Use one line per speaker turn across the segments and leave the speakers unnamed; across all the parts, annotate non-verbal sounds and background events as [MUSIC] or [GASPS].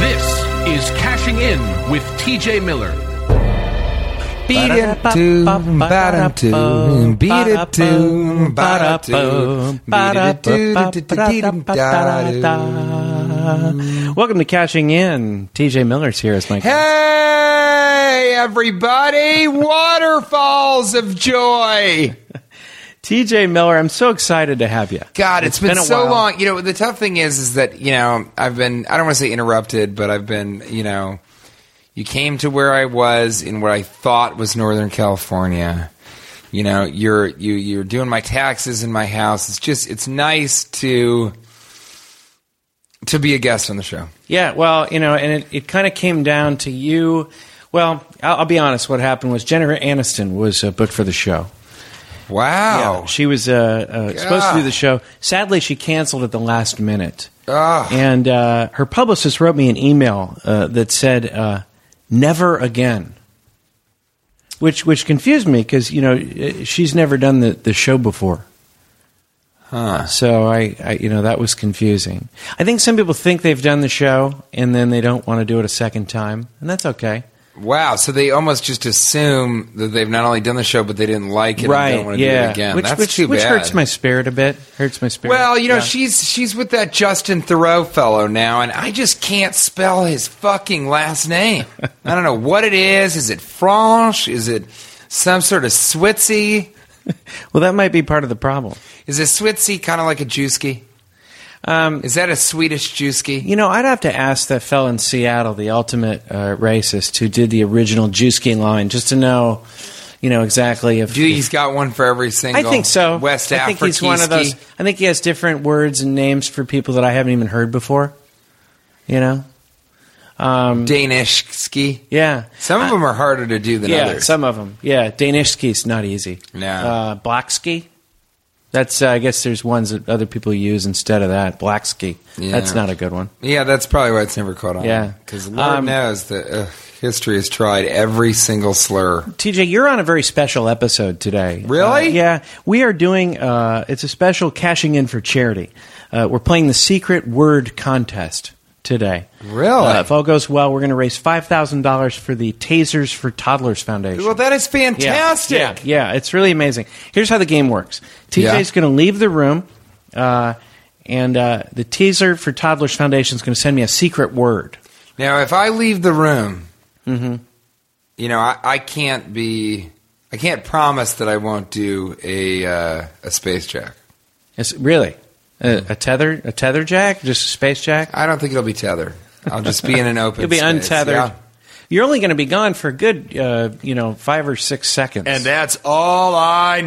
This is Cashing In with TJ Miller.
Beat it to, bada to, beat it to, bada to, beat it to, beat it to,
Welcome to Cashing In. TJ Miller's here as my
Hey, everybody! Waterfalls of joy.
TJ Miller, I'm so excited to have you.
God, it's been,
been a
so
while.
long. You know, the tough thing is, is that you know, I've been. I don't want to say interrupted, but I've been. You know, you came to where I was in what I thought was Northern California. You know, you're you you're doing my taxes in my house. It's just it's nice to to be a guest on the show.
Yeah, well, you know, and it, it kind of came down to you. Well, I'll, I'll be honest. What happened was Jennifer Aniston was uh, booked for the show.
Wow.
Yeah, she was uh, uh, supposed to do
God.
the show. Sadly, she canceled at the last minute.
Ah.
And uh, her publicist wrote me an email uh, that said, uh, "Never again," which which confused me because you know uh, she's never done the, the show before.
Huh.
So I, I, you know, that was confusing. I think some people think they've done the show and then they don't want to do it a second time, and that's okay.
Wow. So they almost just assume that they've not only done the show, but they didn't like it. And don't want to do it again.
Which,
That's
which,
too
which
bad.
hurts my spirit a bit. Hurts my spirit.
Well, you know,
Yeah.
she's she's with that Justin Thoreau fellow now, and I just can't spell his fucking last
[LAUGHS]
name. I don't know what it is. Is it Franche? Is it some sort of Switzy?
Well, that might be part of the problem.
Is a Switzy kind of like a Jewski?
Um,
Is that a Swedish Jewski?
you know, I'd have to ask that fellow in Seattle, the ultimate uh, racist, who did the original Juicy line, just to know, you know, exactly if.
Dude, he's got one for every
I
single.
think so.
West
I think he's one of those.
Afrikiski.
I think he has different words and names for people that I haven't even heard before. You know, Um,
Danish ski.
yeah.
Some of them are harder to do than
yeah,
others.
some of them. Yeah, Danish ski's not easy.
No.
Uh, black ski. That's uh, I guess there's ones that other people use instead of that black ski.
Yeah.
That's not a good one.
Yeah, that's probably why it's never caught on.
Yeah.
because Lord
Um,
knows that uh, history has tried every single slur.
TJ, you're on a very special episode today.
Really?
Uh, yeah, we are doing. Uh, it's a special cashing in for charity. Uh, we're playing the secret word contest today.
Really?
Uh, if all goes well, we're going to raise five thousand dollars for the Tasers for Toddlers Foundation.
Well, that is
Yeah,
fantastic.
Yeah, yeah, it's really amazing. Here's how the game works. TJ's
Yeah.
going to leave the room, uh, and uh, the teaser for Toddlers Foundation is going to send me a secret word.
Now, if I leave the room,
Mm-hmm.
you know, I, I can't be, I can't promise that I won't do a uh, a space jack.
It's really a, a tether, a tether jack, just a space jack.
I don't think it'll be tethered. I'll just be
[LAUGHS]
in an open.
You'll be
space.
untethered.
Yeah.
You're only going to be gone for a good, uh, you know, five or six seconds.
And that's all I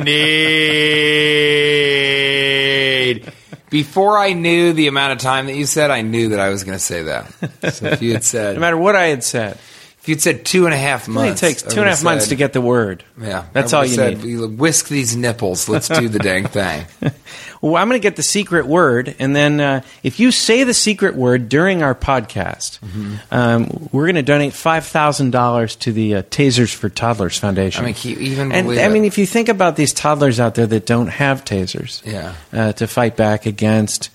need.
Before I knew the amount of time that you said, I knew that I was going to say that. So if you had
[LAUGHS]
said,
no matter what I had said,
if you'd said two and a half
it only
months,
takes
I
two and a half
would've
months
said,
to get the word.
Yeah,
that's
I
all
would've
you
said,
need.
Whisk these nipples. Let's do the dang
[LAUGHS]
thing.
Well, I'm going to get the secret word, and then uh, if you say the secret word during our podcast,
Mm-hmm.
um, we're going to donate five thousand dollars to the uh, Tasers for Toddlers Foundation.
I mean, can you even
and
believe
I
it?
mean, if you think about these toddlers out there that don't have tasers,
Yeah.
uh, to fight back against.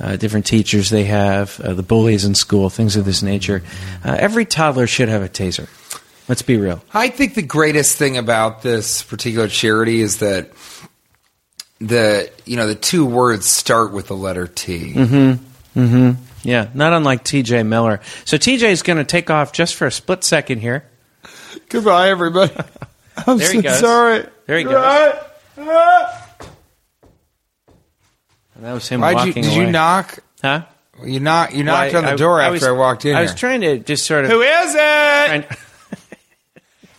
Uh, different teachers they have, uh, the bullies in school, things of this nature.
Mm-hmm.
Uh, every toddler should have a taser. Let's be real.
I think the greatest thing about this particular charity is that the you know the two words start with the letter T.
Mm-hmm. Yeah, not unlike TJ Miller. So TJ is going to take off just for a split second here. [LAUGHS]
Goodbye, everybody. I'm
There he so goes. sorry. There he goes.
Ah.
And that was him
Why'd you,
walking
did
away.
you knock?
Huh?
You knock. You
Well,
knocked on the door after
was-
I walked in.
I was
here.
trying to just sort of.
Who is it?
trying-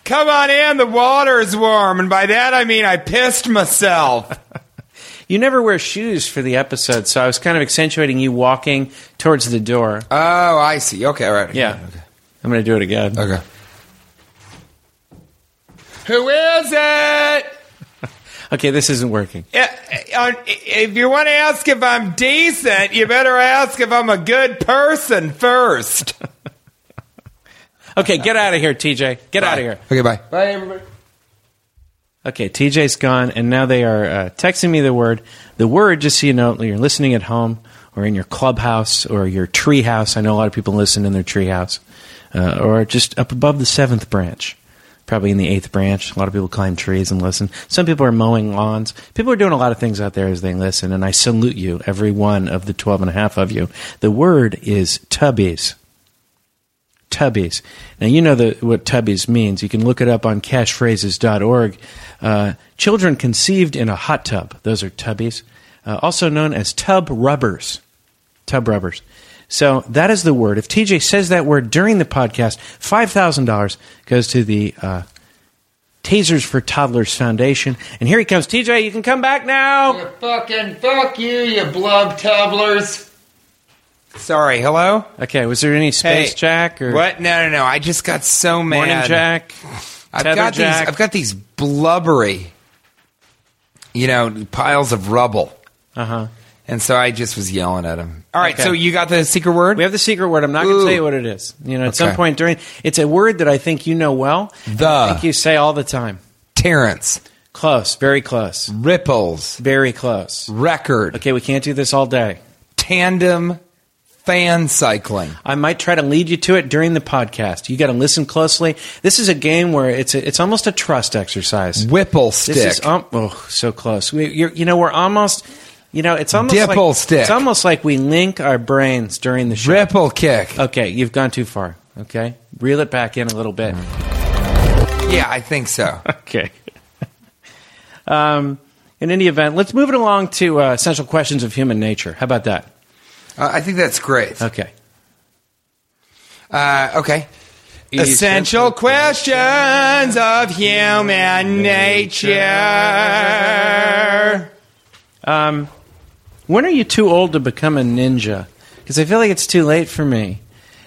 Come on in. The water is warm, and by that I mean I pissed myself.
you never wear shoes for the episode, so I was kind of accentuating you walking towards the door.
[LAUGHS] Oh, I see. Okay, all right.
Yeah. I'm going to do it again.
Okay. okay. Who is it?
Okay, this isn't working.
Uh, uh, If you want to ask if I'm decent, you better ask if I'm a good person first.
Okay, get out of here, TJ. Get out of here.
Okay, bye.
Okay, TJ's gone, and now they are uh, texting me the word. The word, just so you know, you're listening at home or in your clubhouse or your tree house. I know a lot of people listen in their tree house uh, or just up above the seventh branch, probably in the eighth branch. A lot of people climb trees and listen. Some people are mowing lawns. People are doing a lot of things out there as they listen, and I salute you, every one of the 12 and a half of you. The word is tubbies tubbies. Now, you know the, what tubbies means. You can look it up on cashphrases.org. Uh, children conceived in a hot tub, those are tubbies, uh, also known as tub rubbers. Tub rubbers. So that is the word. If TJ says that word during the podcast, $5,000 goes to the uh, Tasers for Toddlers Foundation. And here he comes. TJ, you can come back now.
Fucking fuck you, you blob tubblers. Sorry, hello?
Okay, was there any space
Hey,
jack or
What? No, no, no. I just got so mad.
morning jack?
I've
tether
got
jack?
these. I've got these blubbery, you know, piles of rubble,
Uh huh.
and so I just was yelling at him. All right,
Okay.
so you got the secret word?
We have the secret word. I'm not going to
Ooh.
tell you what it is. You know, at some
Okay.
point during, it's a word that I think you know well.
The.
I think you say all the time.
Terrence
Close, very close,
ripples
very close.
record
Okay, we can't do this all day.
tandem fan cycling.
I might try to lead you to it during the podcast. You got to listen closely. This is a game where it's a, it's almost a trust exercise.
Whipple stick.
This is um, oh so close. We, you're, you know we're almost. You know it's almost
Dipple
like,
stick.
It's almost like we link our brains during the show.
Ripple kick.
Okay, you've gone too far. Okay, reel it back in a little bit.
Yeah, I think so.
[LAUGHS] Okay. um, in any event, let's move it along to uh, essential questions of human nature. How about that?
Uh, I think that's great.
Okay.
Uh, okay. Essential questions of human nature.
When are you too old to become a ninja? Because I feel like it's too late for me.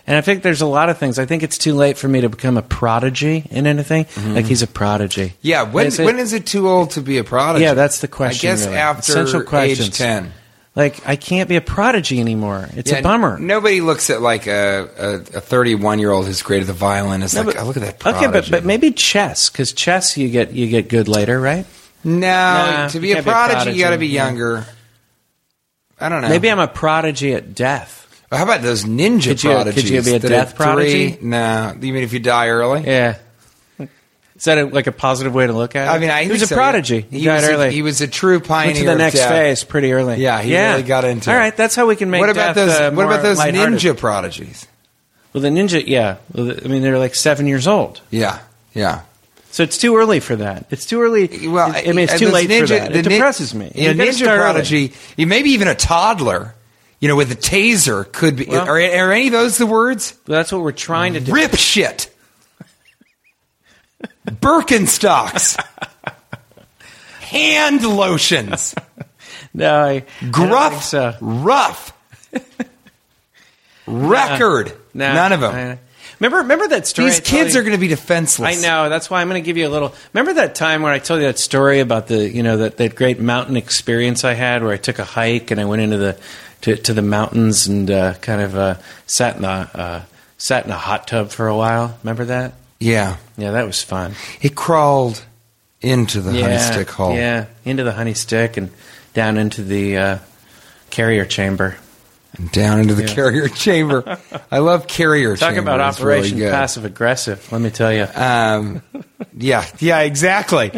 And I think there's a lot of things. I think it's too late for me to become a prodigy in anything. Like he's a prodigy.
Mm-hmm. Yeah, when
It's a-
when is it too old to be a prodigy?
Yeah, that's the question,
I guess
really.
after
Essential questions.
age ten.
like I can't be a prodigy anymore. It's
Yeah,
a bummer.
Nobody looks at like a a thirty one year old who's great at the violin. It's
No,
like,
but-
oh, look at that.
Okay, but,
prodigy."
but maybe chess because chess you get you get good later, right?
no,
Nah,
to be
you
a
can't be a
prodigy,
prodigy,
you got to be
yeah.
younger. I don't know.
Maybe I'm a prodigy at death.
How about those ninja
Could you- could
prodigies?
you be a
that are
death prodigy?
three- No, you mean if you die early?
Yeah. Is that a, like a positive way to look at it?
I mean, I
he was
think
a
so.
prodigy. He,
He
died
was a-
early.
he was a true pioneer.
went to the
of
next
death.
phase pretty early.
Yeah, he really got into
All
it.
right, that's how we can make.
What about
death,
those?
uh,
what
more
about those
lighthearted.
ninja prodigies?
Well, the ninja, yeah. Well, the- I mean, they're like seven years old,
Yeah, yeah.
so it's too early for that. It's too early.
Well,
I mean, it's
uh,
too
those
late for
ninja-
that.
the
It
nin-
depresses me.
You know,
gotta
ninja
start early.
prodigy, you- maybe even a toddler. You know, with a taser could be.
Well-
are, are any of those the words?
Well, that's what we're trying to do.
Rip shit. Birkenstocks.
[LAUGHS]
Hand lotions.
No, I- I don't
Gruff.
think so. [LAUGHS]
Rough. Record.
No,
None of them.
I- remember, remember that story.
These
I told
kids
you?
are going to be defenseless.
I know. That's why I'm going to give you a little. Remember that time when I told you that story about the you know that, that great mountain experience I had, where I took a hike and I went into the to, to the mountains and uh, kind of uh, sat in a uh, sat in a hot tub for a while. Remember that?
Yeah.
Yeah, that was fun.
He crawled into the
yeah,
honey stick hole.
Yeah, into the honey stick and down into the uh, carrier chamber.
and down into the
Yeah. [LAUGHS]
carrier chamber. I love carrier
Talk
chamber.
about
It's
operation
really good.
passive aggressive. Let me tell you.
Um, yeah, yeah, exactly.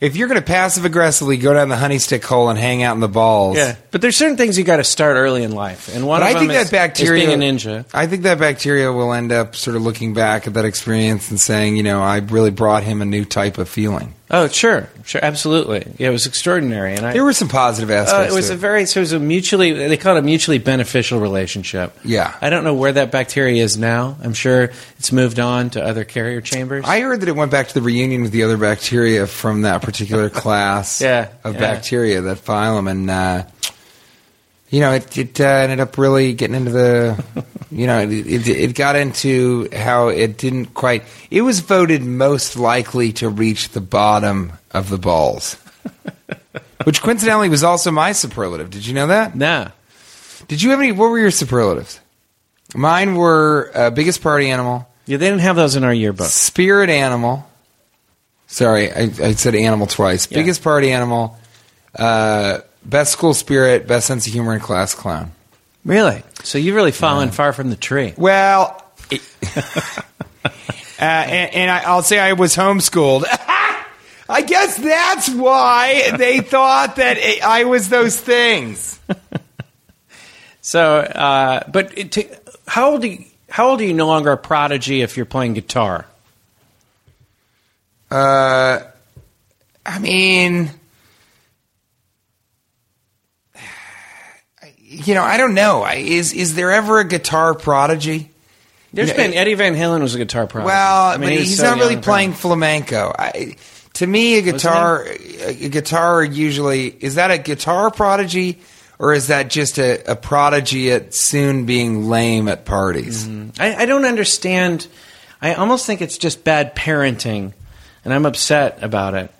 if you're going to passive aggressively go down the honey stick hole and hang out in the balls,
Yeah, but there's certain things you got to start early in life, and one of
But I
them
think
is,
that bacteria
is being a ninja.
I think that bacteria will end up sort of looking back at that experience and saying, you know, I really brought him a new type of feeling.
Oh, sure, sure, absolutely. Yeah, it was extraordinary, and I.
There were some positive
uh,
aspects.
it was
to
a very so it was a mutually they call it a mutually beneficial relationship.
Yeah.
I don't know where that bacteria is now. I'm sure it's moved on to other carrier chambers.
I heard that it went back to the reunion with the other bacteria
[LAUGHS]
from that particular class
Yeah,
of
yeah.
bacteria, that phylum, and uh, you know, it, it uh, ended up really getting
[LAUGHS]
into the, you know, it, it, it got into how it didn't quite. It was voted most likely to reach the bottom of the balls,
[LAUGHS]
which coincidentally was also my superlative. Did you know that?
Nah.
Did you have any? What were your superlatives? Mine were uh, biggest party animal,
Yeah, they didn't have those in our yearbook.
spirit animal. Sorry, I, I said animal twice.
Yeah.
Biggest party animal, uh, best school spirit, best sense of humor, and class clown.
Really? So you've really fallen far from the tree.
Well, it- [LAUGHS] uh, and, and I, I'll say I was homeschooled. [LAUGHS] I guess that's why they thought that it, I was those things.
So, uh, but it t- how old? Are you, how old are you? No longer a prodigy if you're playing guitar.
I mean, [SIGHS] you know, I don't know. I, is is there ever a guitar prodigy?
There's
Yeah,
been
it-
Eddie Van Halen was a guitar prodigy.
Well,
Uh, I mean,
but
he was
he's
so
not really
young.
playing flamenco. I, to me, a guitar, a, a guitar usually is that a guitar prodigy, or is that just a, a prodigy at soon being lame at parties?
I, I don't understand. I almost think it's just bad parenting, and I'm upset about it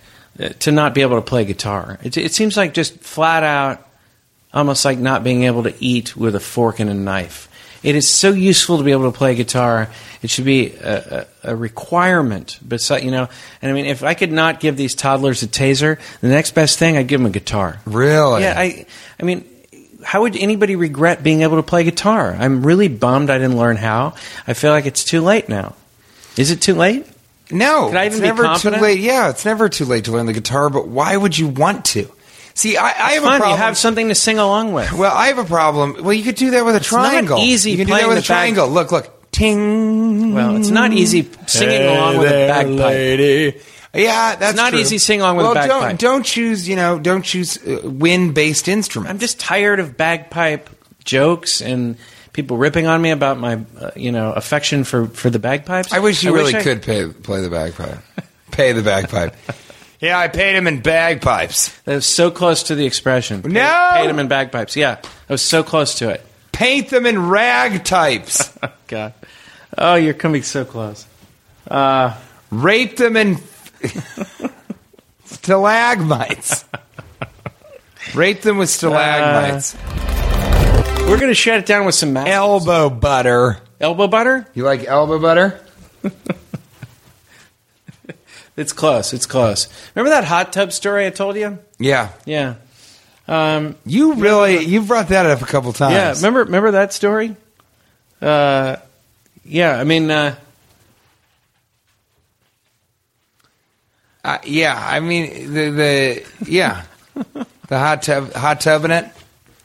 uh, to not be able to play guitar. It, it seems like just flat out, almost like not being able to eat with a fork and a knife. It is so useful to be able to play guitar. It should be a, a, a requirement. Besides, you know, and I mean, if I could not give these toddlers a taser, the next best thing I'd give them a guitar.
Really?
Yeah, I, I mean, how would anybody regret being able to play guitar? I'm really bummed I didn't learn how. I feel like it's too late now. Is it too late?
No,
Could I
it's
even be
never too
confident?
late. Yeah, it's never too late to learn the guitar. But why would you want to? See, I, I have
Fun,
a problem.
you have something to sing along with.
Well, I have a problem. Well, you could do that with a
not
triangle.
easy
You can do
playing
that with
the
a triangle. Look, look, ting.
Well, it's not easy singing along with a bagpipe.
Yeah, that's
not
true.
easy singing along with a
well,
bagpipe.
Don't, don't choose, you know, don't choose uh, wind-based instruments.
I'm just tired of bagpipe jokes and people ripping on me about my, uh, you know, affection for, for the bagpipes.
I wish you really
I-
could pay, play the bagpipe. [LAUGHS] pay the bagpipe.
[LAUGHS]
Yeah, I paid him in bagpipes.
That was so close to the expression.
No!
Paid him in bagpipes. Yeah, I was so close
[LAUGHS]
to it.
Paint them in rag types.
God. Oh, you're coming so close.
Rape them in [LAUGHS] stalagmites. Rape them with stalagmites.
Uh, We're going to shut it down with some math.
elbow butter.
elbow butter?
You like elbow butter?
It's close. It's close. Remember that hot tub story I told you?
Yeah.
Yeah. Um,
You really you brought that up a couple times.
yeah. Remember remember that story? Uh, yeah. I mean, uh,
Uh, yeah, I mean the the yeah, the hot tub hot tub in it.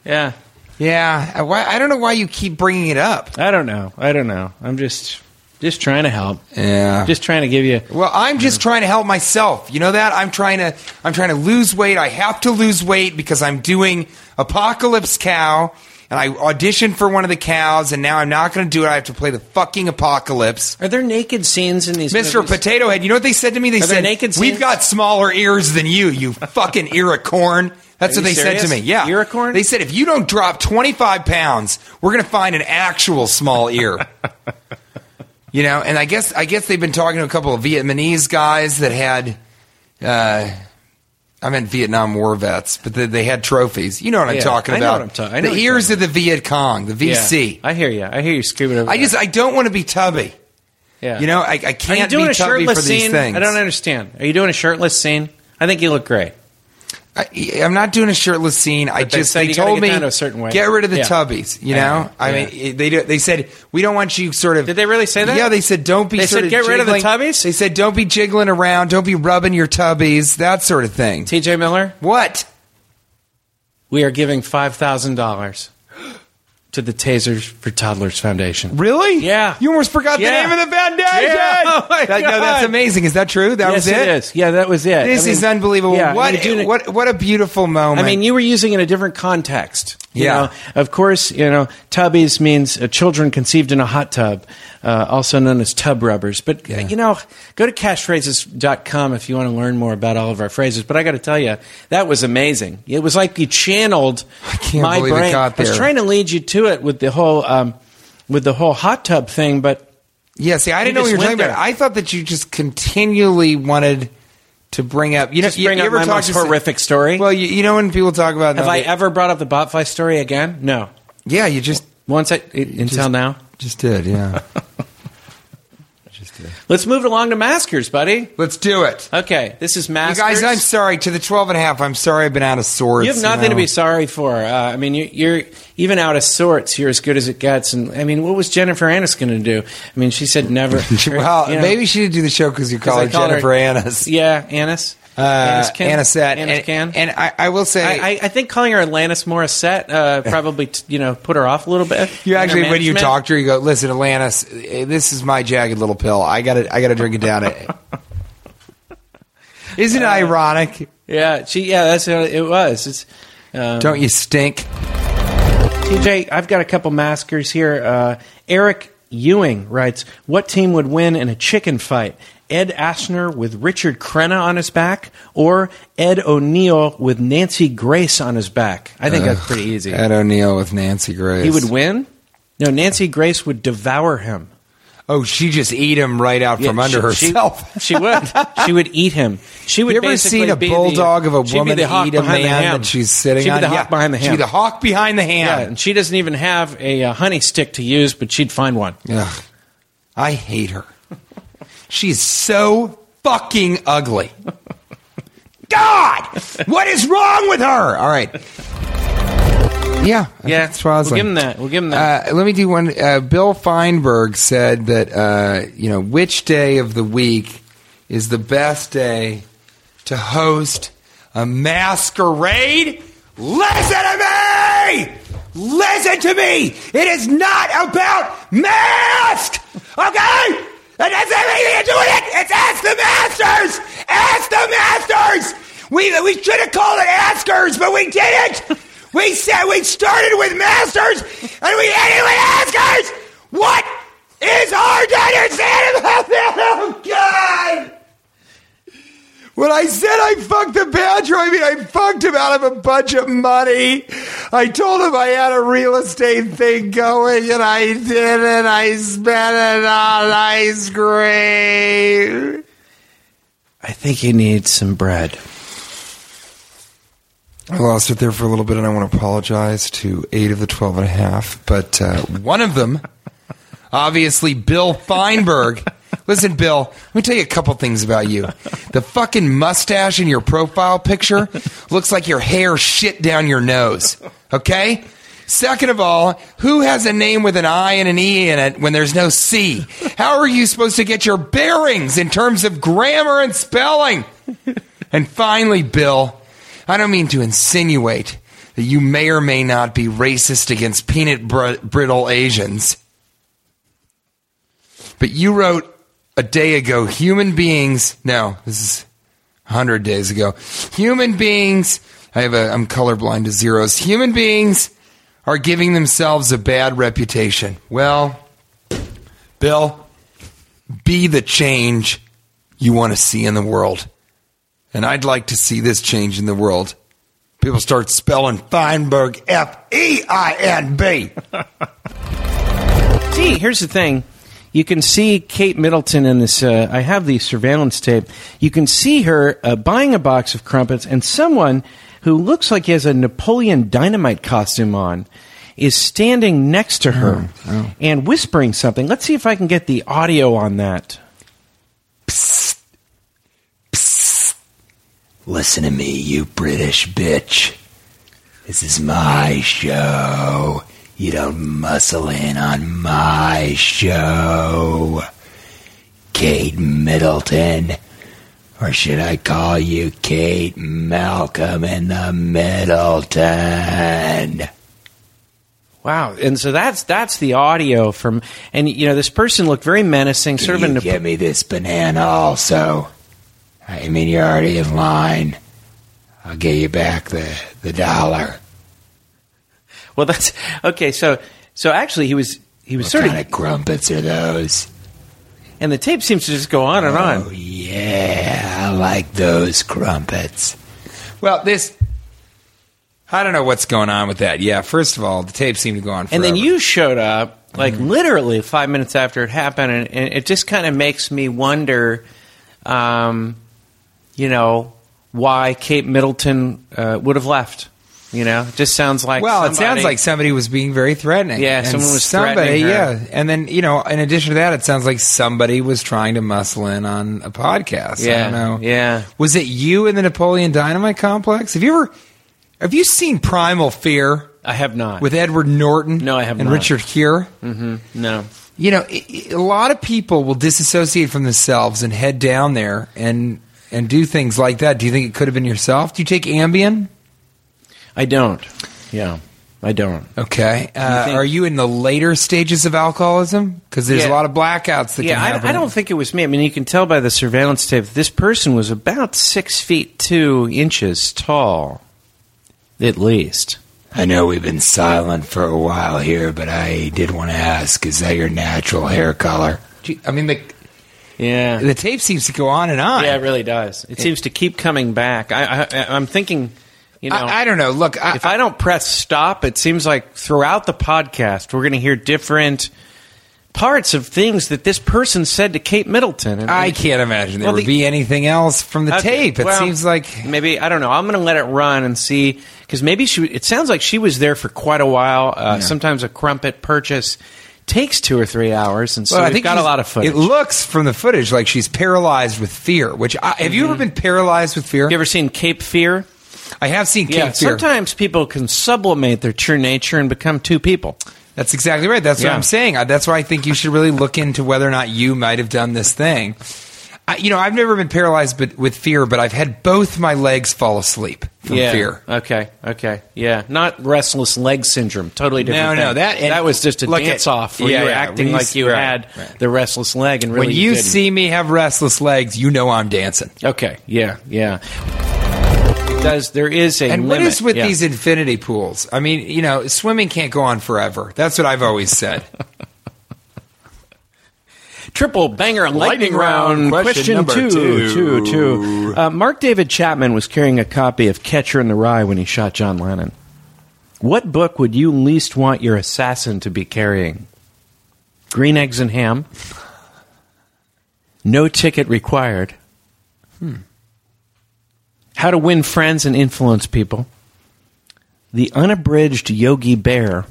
yeah.
Yeah, I- why, I don't know why you keep bringing it up.
I don't know. I don't know. I'm just just trying to help.
Yeah.
Just trying to give you.
well, I'm just trying to help myself. You know that I'm trying to I'm trying to lose weight. I have to lose weight because I'm doing Apocalypse Cow, and I auditioned for one of the cows, and now I'm not going to do it. I have to play the fucking apocalypse.
Are there naked scenes in these?
Mr.
movies?
Potato Head, you know what they said to me? They
there
said,
naked
"We've
scenes?
got smaller ears than you, you fucking ear of corn." That's
Are
what
you
they said
serious?
to me. Yeah,
Ear of corn?
They said, "If you don't drop twenty five pounds, we're going to find an actual small ear." [LAUGHS] you know, and I guess I guess they've been talking to a couple of Vietnamese guys that had. Uh, I meant Vietnam War vets, but they, they had trophies. You know what I'm
Yeah,
talking
I know
about.
what I'm ta- I know
the
what you're
ears of the Viet Cong, the
Yeah.
VC.
I hear you. I hear you screaming over.
I
there.
just I don't want to be tubby.
Yeah.
You know, I, I
Are you
can't
doing
be
a
tubby
shirtless
for these
scene?
things.
I don't understand. Are you doing a shirtless scene? I think you look great.
I, I'm not doing a shirtless scene. I
they
just
said
they
you gotta
told
get
me
down to a certain way.
get rid of the
Yeah.
tubbies. You know,
Yeah.
I
Yeah.
mean it- they do, they said we don't want you sort of.
Did they really say that?
Yeah, they said don't be.
They
sort
said, "Get rid of the
jiggling."
tubbies?
They said don't be jiggling around, don't be rubbing your tubbies, that sort of thing.
TJ Miller,
what?
we are giving $5,000 to the Tasers for Toddlers Foundation.
Really?
Yeah.
You almost forgot
Yeah.
the name of the foundation.
Yeah. Oh, my
That- No,
God.
that's amazing. Is that true? That was
yes, it
it.
is. Yeah, that was it. I
This
mean,
is unbelievable.
yeah, I
what,
mean, doing it-
what what a beautiful moment.
I mean, you were using it in a different context. You
Yeah.
know, of course, you know, tubbies means uh, children conceived in a hot tub, uh, also known as tub rubbers. But, uh, you know, go to cashphrases.com if you want to learn more about all of our phrases. But I got to tell you, that was amazing. It was like you channeled
can't
my
believe it
brain.
got
I was
there.
trying to lead you to it with the whole, um, with the whole hot tub thing, but
Yeah, see, I didn't
You
know what you
just
were talking
went
about.
there.
I thought that you just continually wanted to bring up. You know,
Just
you,
bring
you
up
ever
my
talk
most
to some-
horrific story?
Well, you, you know when people talk about.
have
no,
I
they-
ever brought up the botfly story again? No.
Yeah, you just
Once I, until
just-
now.
just
[LAUGHS]
did. Yeah, just did.
Let's move along to maskers, buddy.
Let's do it,
Okay, this is
you
maskers.
guys. I'm sorry to the 12 and a half. I'm sorry. I've been out of sorts.
You have nothing to
know.
be sorry for. Uh, I mean, you, you're even out of sorts. You're as good as it gets. And I mean, what was Jennifer Aniston going to do? I mean, she said never.
[LAUGHS] Well,
you know,
maybe she did do the show because you call her
'cause I called
Jennifer Anis.
Yeah, Anis.
Uh,
Aniskin?
Anisette.
Aniskin.
And, and I, I will say,
I, I- I think calling her Atlantis Morissette uh, probably t- you know put her off a little bit.
[LAUGHS] You
in her
actually, when you
management.
talk to her, you go, "Listen, Atlantis, eh, this is my jagged little pill. I got to, I got to drink it down."
[LAUGHS]
Isn't
Uh,
it ironic?
yeah, she, yeah, that's what it was. It's, um,
Don't you stink?
TJ, I've got a couple maskers here. Uh, Eric Ewing writes, "What team would win in a chicken fight? Ed Asner with Richard Crenna on his back, or Ed O'Neill with Nancy Grace on his back?" I think that's pretty easy.
Ed O'Neill with Nancy Grace.
He would win. No, Nancy Grace would devour him
Oh, she just eat him right out from
Yeah,
under
she- she-
herself.
She, would. She would eat him. She would.
[LAUGHS] you ever
basically
seen a
be
bulldog
the,
of a
she'd be
woman
the hawk
eat a man
behind the ham.
that she's sitting
she'd
on?
Be the hawk
Yeah.
behind the
She'd be
ham.
the hawk behind the
yeah,
hand.
and she doesn't even have a uh, honey stick to use, but she'd find one.
Ugh. I hate her. She's so fucking ugly. God, what is wrong with her? All right. Yeah, I
Yeah,
think it's Roslyn.
we'll give him that. We'll give him that.
Uh, let me do one. Uh, Bill Feinberg said that uh, you know which day of the week is the best day to host a masquerade. Listen to me. Listen to me. It is not about mask. Okay. That doesn't have anything to do with it. It's ask the masters. Ask the masters. We we should have called it askers, but we didn't. We said we started with masters, and we ended with askers. What is hard to understand about that? Oh God! When I said I fucked the badger, I mean I fucked him out of a bunch of money. I told him I had a real estate thing going, and I did it. I spent it on ice cream.
I think he needs some bread.
I lost it there for a little bit, and I want to apologize to eight of the twelve and a half. But uh, one of them, obviously, Bill Feinberg. Listen, Bill, let me tell you a couple things about you. The fucking mustache in your profile picture looks like your hair shit down your nose. Okay? Second of all, who has a name with an I and an E in it when there's no C? How are you supposed to get your bearings in terms of grammar and spelling? And finally, Bill, I don't mean to insinuate that you may or may not be racist against peanut br- brittle Asians, but you wrote a day ago human beings. No, this is 100 days ago. Human beings. I have a, I'm colorblind to zeros. Human beings are giving themselves a bad reputation. Well, Bill, be the change you want to see in the world. And I'd like to see this change in the world. People start spelling Feinberg F E I N B.
See, here's the thing. You can see Kate Middleton in this. Uh, I have the surveillance tape. You can see her uh, buying a box of crumpets, and someone who looks like he has a Napoleon Dynamite costume on is standing next to her and whispering something. Let's see if I can get the audio on that.
Listen to me, you British bitch. This is my show. You don't muscle in on my show. Kate Middleton. Or should I call you Kate Malcolm in the Middleton?
Wow! And so that's that's the audio from, and you know this person looked very menacing, sort of
Can
a
you
Nap-
give me this banana also? I mean, you're already in line. I'll get you back the, the dollar.
Well, that's okay. So, so actually, he was he was
What
sort
kind
of,
of crumpets are those?
and the tape seems to just go on and
Oh,
on.
yeah, I like those crumpets.
Well, this. I don't know what's going on with that. Yeah, first of all, the tape seemed to go on
And
forever. Mm-hmm.
then you showed up like literally five minutes after it happened, and, and it just kind of makes me wonder, um, you know, why Kate Middleton uh, would have left. You know, it just sounds like
Well, it
somebody-
sounds like somebody was being very threatening.
Yeah,
And
someone was threatening
somebody,
her.
yeah. And then, you know, in addition to that, it sounds like somebody was trying to muscle in on a podcast. I
yeah,
don't know.
yeah.
Was it you in the Napoleon Dynamite complex? Have you ever have you seen Primal Fear
I have not
with Edward Norton?
No, I have
and
not.
Richard Gere.
no.
You know, i i- a lot of people will disassociate from themselves and head down there and and do things like that. Do you think it could have been yourself? Do you take Ambien?
I don't. Yeah, I don't.
Okay. Uh,
think-
are you in the later stages of alcoholism? Because there's
Yeah.
a lot of blackouts that
Yeah,
can happen.
I, I don't think it was me. I mean, you can tell by the surveillance tape. This person was about six feet two inches tall, at least.
I know we've been silent for a while here, but I did want to ask is that your natural hair color?
Gee, I mean, the,
Yeah,
the tape seems to go on and on.
yeah, it really does. It seems to keep coming back. I, I, I- I'm thinking, you know,
I, I don't know. Look, I,
if I don't press stop, it seems like throughout the podcast we're going to hear different parts of things that this person said to Kate Middleton. And-
I can't imagine there
Well,
would
the-
be anything else from the
Okay,
tape. It
well,
seems like
maybe I don't know. I'm going to let it run and see because maybe she. It sounds like she was there for quite a while. Uh, Sometimes a crumpet purchase takes two or three hours, and so
Well,
we've got a
she's-
lot of footage.
It looks from the footage like she's paralyzed with fear. Which I, have you ever been paralyzed with fear?
Mm-hmm. you ever seen Cape Fear?
I have seen Cape
yeah.
Fear.
Sometimes people can sublimate their true nature and become two people.
That's exactly right. That's what
Yeah.
I'm saying. I, that's why I think you should really look into whether or not you might have done this thing. I, you know, I've never been paralyzed but, with fear, but I've had both my legs fall asleep from
yeah.
fear.
Okay. Okay. Yeah. Not restless leg syndrome. Totally different.
No, no,
thing.
that- and
that was just a
look at-
dance off where
yeah,
you were
yeah,
acting
we
like
used-
you
right,
had
right.
the restless leg, and really
When you
didn't.
see me have restless legs, you know I'm dancing.
Okay. Yeah. Yeah. It does there is a
And
limit.
what is with
yeah.
these infinity pools? I mean, you know, swimming can't go on forever. That's what I've always said.
triple banger lightning,
Lightning
round?
round, question
Question,
number
two, two, two. Uh, Mark David Chapman was carrying a copy of Catcher in the Rye when he shot John Lennon. What book would you least want your assassin to be carrying? Green Eggs and Ham. No ticket required.
Hmm.
How to Win Friends and Influence People. The Unabridged Yogi Bear.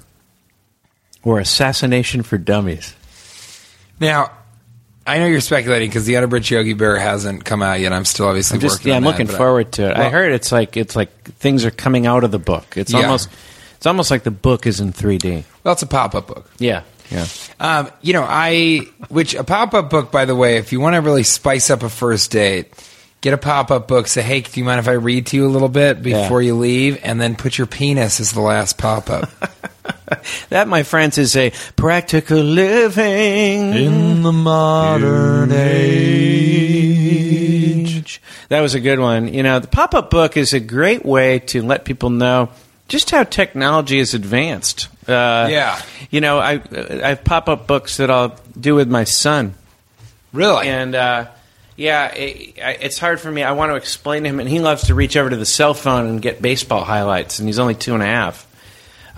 Or Assassination for Dummies.
Now, I know you're speculating because the Unabridged Yogi Bear hasn't come out yet. I'm still obviously
I'm just
working.
yeah,
on
I'm
that,
looking
but I-
forward to it. I
Well,
heard it's like it's like things are coming out of the book. It's
Yeah.
almost it's almost like the book is in 3D.
Well, it's a pop-up book.
Yeah, yeah.
Um, you know, I which a pop up book, by the way, if you want to really spice up a first date, get a pop up book. Say, hey, do you mind if I read to you a little bit before you leave, and then put your penis as the last pop up.
That, my friends, is a practical living [LAUGHS] in the modern age. That was a good one. You know, the pop up book is a great way to let people know just how technology is advanced. Uh,
Yeah.
You know, I I have pop up books that I'll do with my son.
really?
and uh, yeah, it, I- it's hard for me. I want to explain to him, and he loves to reach over to the cell phone and get baseball highlights, and he's only two and a half.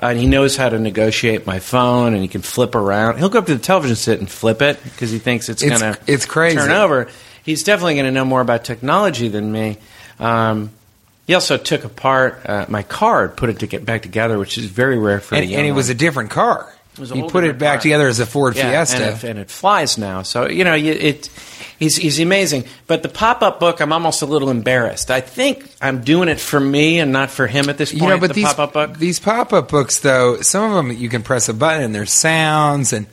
Uh, and he knows how to negotiate my phone, and he can flip around. He'll go up to the television set and flip it because he thinks it's,
It's-
gonna
it's crazy.
turn over. He's definitely going to know more about technology than me. Um, he also took apart uh, my car, put it to get back together, which is very rare for a
and,
young
and it was a different car.
was a
you
whole
put it
different
back
car.
together as a Ford
Yeah,
Fiesta.
and it, and it flies now. So you know, you, it he's he's amazing. But the pop up book, I'm almost a little embarrassed. I think I'm doing it for me and not for him at this point.
you know, but
the
these
pop up book.
these pop up books, though, some of them you can press a button and there's sounds and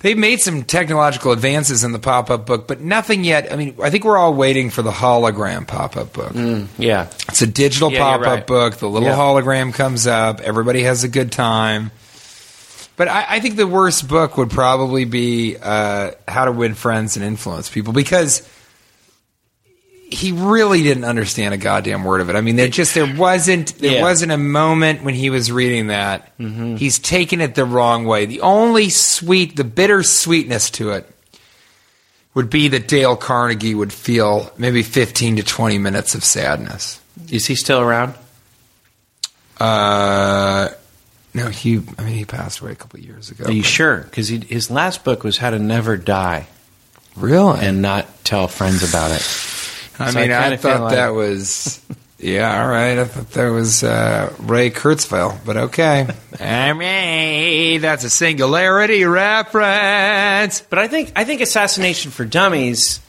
they've made some technological advances in the pop up book, but nothing yet. I mean, I think we're all waiting for the hologram pop up book.
Mm. yeah,
It's a digital
Yeah, you're
pop up
right.
book. The little
Yeah.
hologram comes up. Everybody has a good time. But I, I think the worst book would probably be uh, How to Win Friends and Influence People because he really didn't understand a goddamn word of it. I mean, there just there wasn't there
Yeah. Mm-hmm.
wasn't a moment when he was reading that. He's taken it the wrong way. The only sweet, the bitter sweetness to it would be that Dale Carnegie would feel maybe 15 to 20 minutes of sadness.
Is he still around?
Uh, no, he. I mean, he passed away a couple of years ago.
Are you
but-
sure? Because his last book was How to Never Die
Really?
and Not Tell Friends About It.
I
So I
mean, I,
kinda feel
thought
like-
that was.
[LAUGHS]
Yeah, all right. I thought that was uh, Ray Kurzweil, but okay. [LAUGHS] I mean, that's a singularity reference.
But I think I think Assassination for Dummies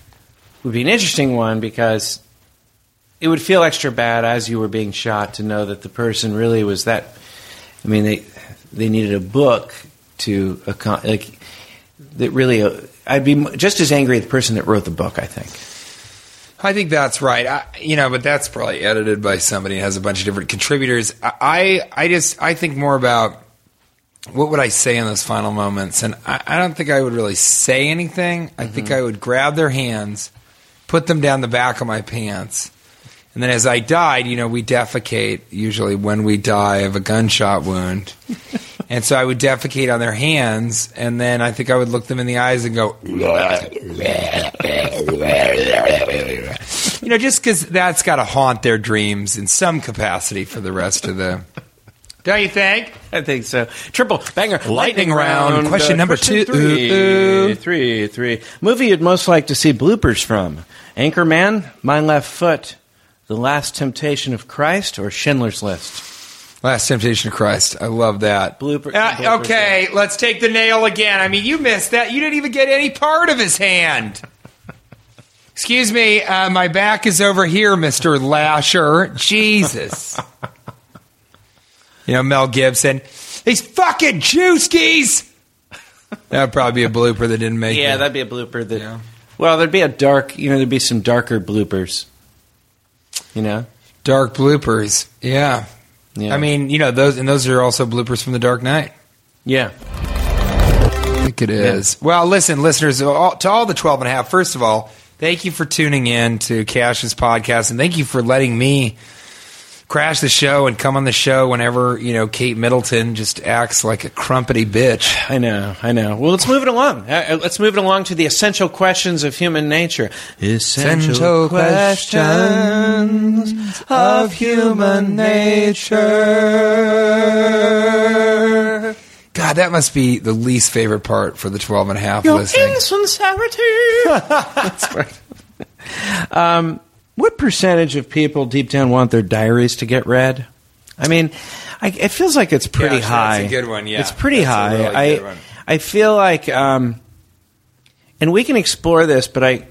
would be an interesting one because it would feel extra bad as you were being shot to know that the person really was that. I mean, they they needed a book to accom- like that. Really, uh, I'd be m- just as angry at the person that wrote the book. I think.
I think that's right. I, you know, but that's probably edited by somebody and has a bunch of different contributors. I, I I just I think more about what would I say in those final moments, and I, I don't think I would really say anything. I think I would grab their hands, put them down the back of my pants, and then as I died, you know, we defecate usually when we die of a gunshot wound. And so I would defecate on their hands, and then I think I would look them in the eyes and go, you know, just because that's got to haunt their dreams in some capacity for the rest of the. Don't you think?
I think so. Triple banger, lightning, uh,
round. Question number two.
Three,
Ooh, ooh.
three, three. Movie you'd most like to see bloopers from: Anchorman, My Left Foot, The Last Temptation of Christ, or Schindler's List.
Last Temptation of Christ. I love that.
Blooper-
Uh,
bloopers,
okay, let's take the nail again. I mean, you missed that. You didn't even get any part of his hand. Excuse me, uh, my back is over here, Mr. Lasher. Jesus. you know, Mel Gibson. These fucking Jewskis! That would probably be a blooper that didn't make
Yeah,
it.
that'd be a blooper. That
Yeah.
well, there'd be a dark. You know, there'd be some darker bloopers. You know,
Dark bloopers. Yeah.
Yeah.
I mean, you know, those and those are also bloopers from The Dark Knight.
yeah.
I think it is. Well, listen, listeners, all, to all the 12 and a half, first of all, thank you for tuning in to Cash's podcast and thank you for letting me crash the show and come on the show whenever, you know, Kate Middleton just acts like a crumpety bitch.
I know, I know. Well, let's move it along. Uh, uh, let's move it along to the essential questions of human nature. Essential,
Essential questions of human nature. God, that must be the least favorite part for the 12 and a half
Your
listening.
insincerity. That's right. Um, what percentage of people deep down want their diaries to get read? I mean, I, it feels like it's pretty
Yeah, sure,
high.
that's a good one, yeah.
it's pretty
That's a
high.
really
I
good one.
I feel like, um, and we can explore this, but I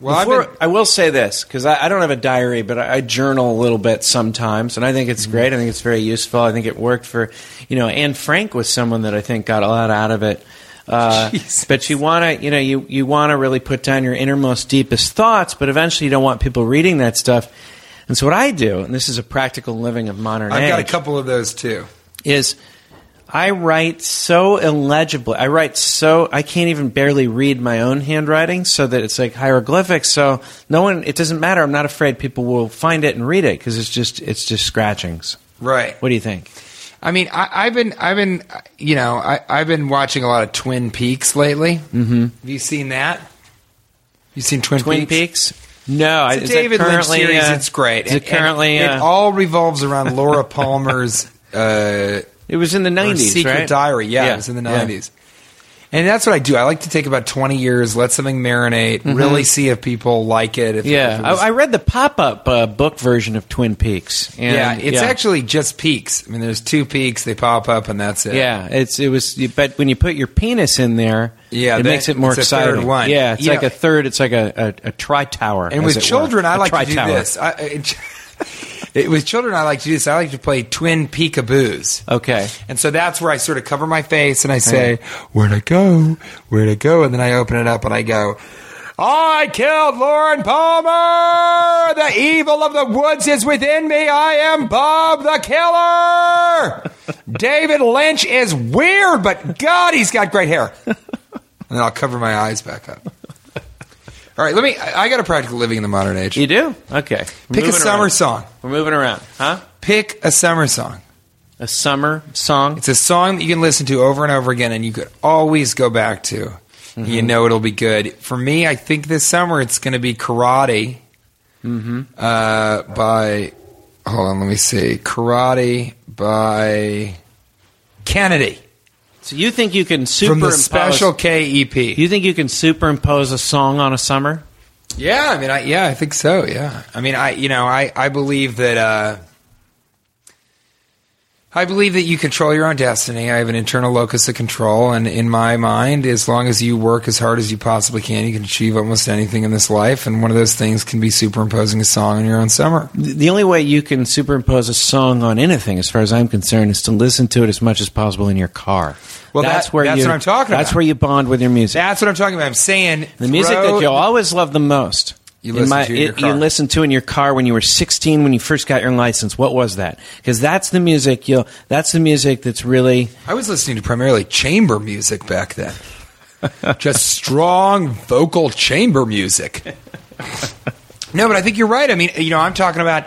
Well, I've
before-
been-
I will say this because I, I don't have a diary, but I, I journal a little bit sometimes, and I think it's
Mm-hmm.
great. I think it's very useful. I think it worked for you know. Anne Frank was someone that I think got a lot out of it. Uh,
Jesus.
but you want to you know you you want to really put down your innermost deepest thoughts, but eventually you don't want people reading that stuff. And so what I do, and this is a practical living of modern
I've got a
age,
couple of those too.
is I write so illegibly. I write so I can't even barely read my own handwriting, so that it's like hieroglyphics. So no one, it doesn't matter. I'm not afraid people will find it and read it because it's just it's just scratchings.
Right.
What do you think?
I mean, I, I've been, I've been, uh, you know, I, I've been watching a lot of Twin Peaks lately. Mm-hmm. Have you seen that? You seen Twin,
Twin Peaks? No, I-
It's
is
a
that
David Lynch
currently,
series.
uh,
it's great.
Is it
And- and
currently?
it
uh,
all revolves around
[LAUGHS]
Laura Palmer's uh,
it was in the
her
nineties,
Secret
right?
Diary. Yeah, it was in the
yeah.
nineties. And that's what I do. I like to take about twenty years, let something marinate, really see if people like it. If
Mm-hmm. Yeah,
if it was-
I, I read the pop-up uh, book version of Twin Peaks. And,
yeah, it's actually just peaks. I mean, there's two peaks. They pop up, and that's it.
Yeah, it's it was. But when you put your penis in there,
Yeah,
it
that-
makes it more
it's a
exciting.
third one.
Yeah, it's
You
like
know-
a third. It's like a a, a tri tower.
And with children, I like to do this. I, it, it- with children, I [LAUGHS] like to do this. I like to play twin peekaboos.
Okay.
And so that's where I sort of cover my face and I say, "Where'd I go? Where'd I go?" And then I open it up and I go, "I killed Lauren Palmer. The evil of the woods is within me. I am Bob the
[LAUGHS]
Killer. David Lynch is weird, but God, he's got great hair." And then I'll cover my eyes back up. All right, let me. I I got a practical living in the modern age.
You do? Okay. We're
Pick a
moving
summer
around.
song.
We're moving around, huh?
Pick a summer song.
A summer song.
It's a song that you can listen to over and over again, and you could always go back to. You know it'll be good. For me, I think this summer it's going to be Karate uh, by. Hold on, let me see. Karate by Kennedy
So you think you can
from the
superimpose?
Special K E EP.
You think you can superimpose a song on a summer?
Yeah, I mean, I, yeah, I think so. Yeah, I mean, I you know, I I believe that. Uh, I believe that you control your own destiny. I have an internal locus of control, and in my mind, as long as you work as hard as you possibly can, you can achieve almost anything in this life. And one of those things can be superimposing a song on your own summer.
Th- The only way you can superimpose a song on anything, as far as I'm concerned, is to listen to it as much as possible in your car.
Well, that- that's
you,
what I'm talking
That's
about.
where you bond with your music.
That's what I'm talking about. I'm saying
the music
throw-
that you always love the most.
You
In
listen to in your car.
You listen to in your car when you were 16, when you first got your license. What was that? Because that's the music you'll. That's the music that's really.
I was listening to primarily chamber music back
[LAUGHS]
then. Just strong vocal chamber music. No, but I think you're right. I mean, you know, I'm talking about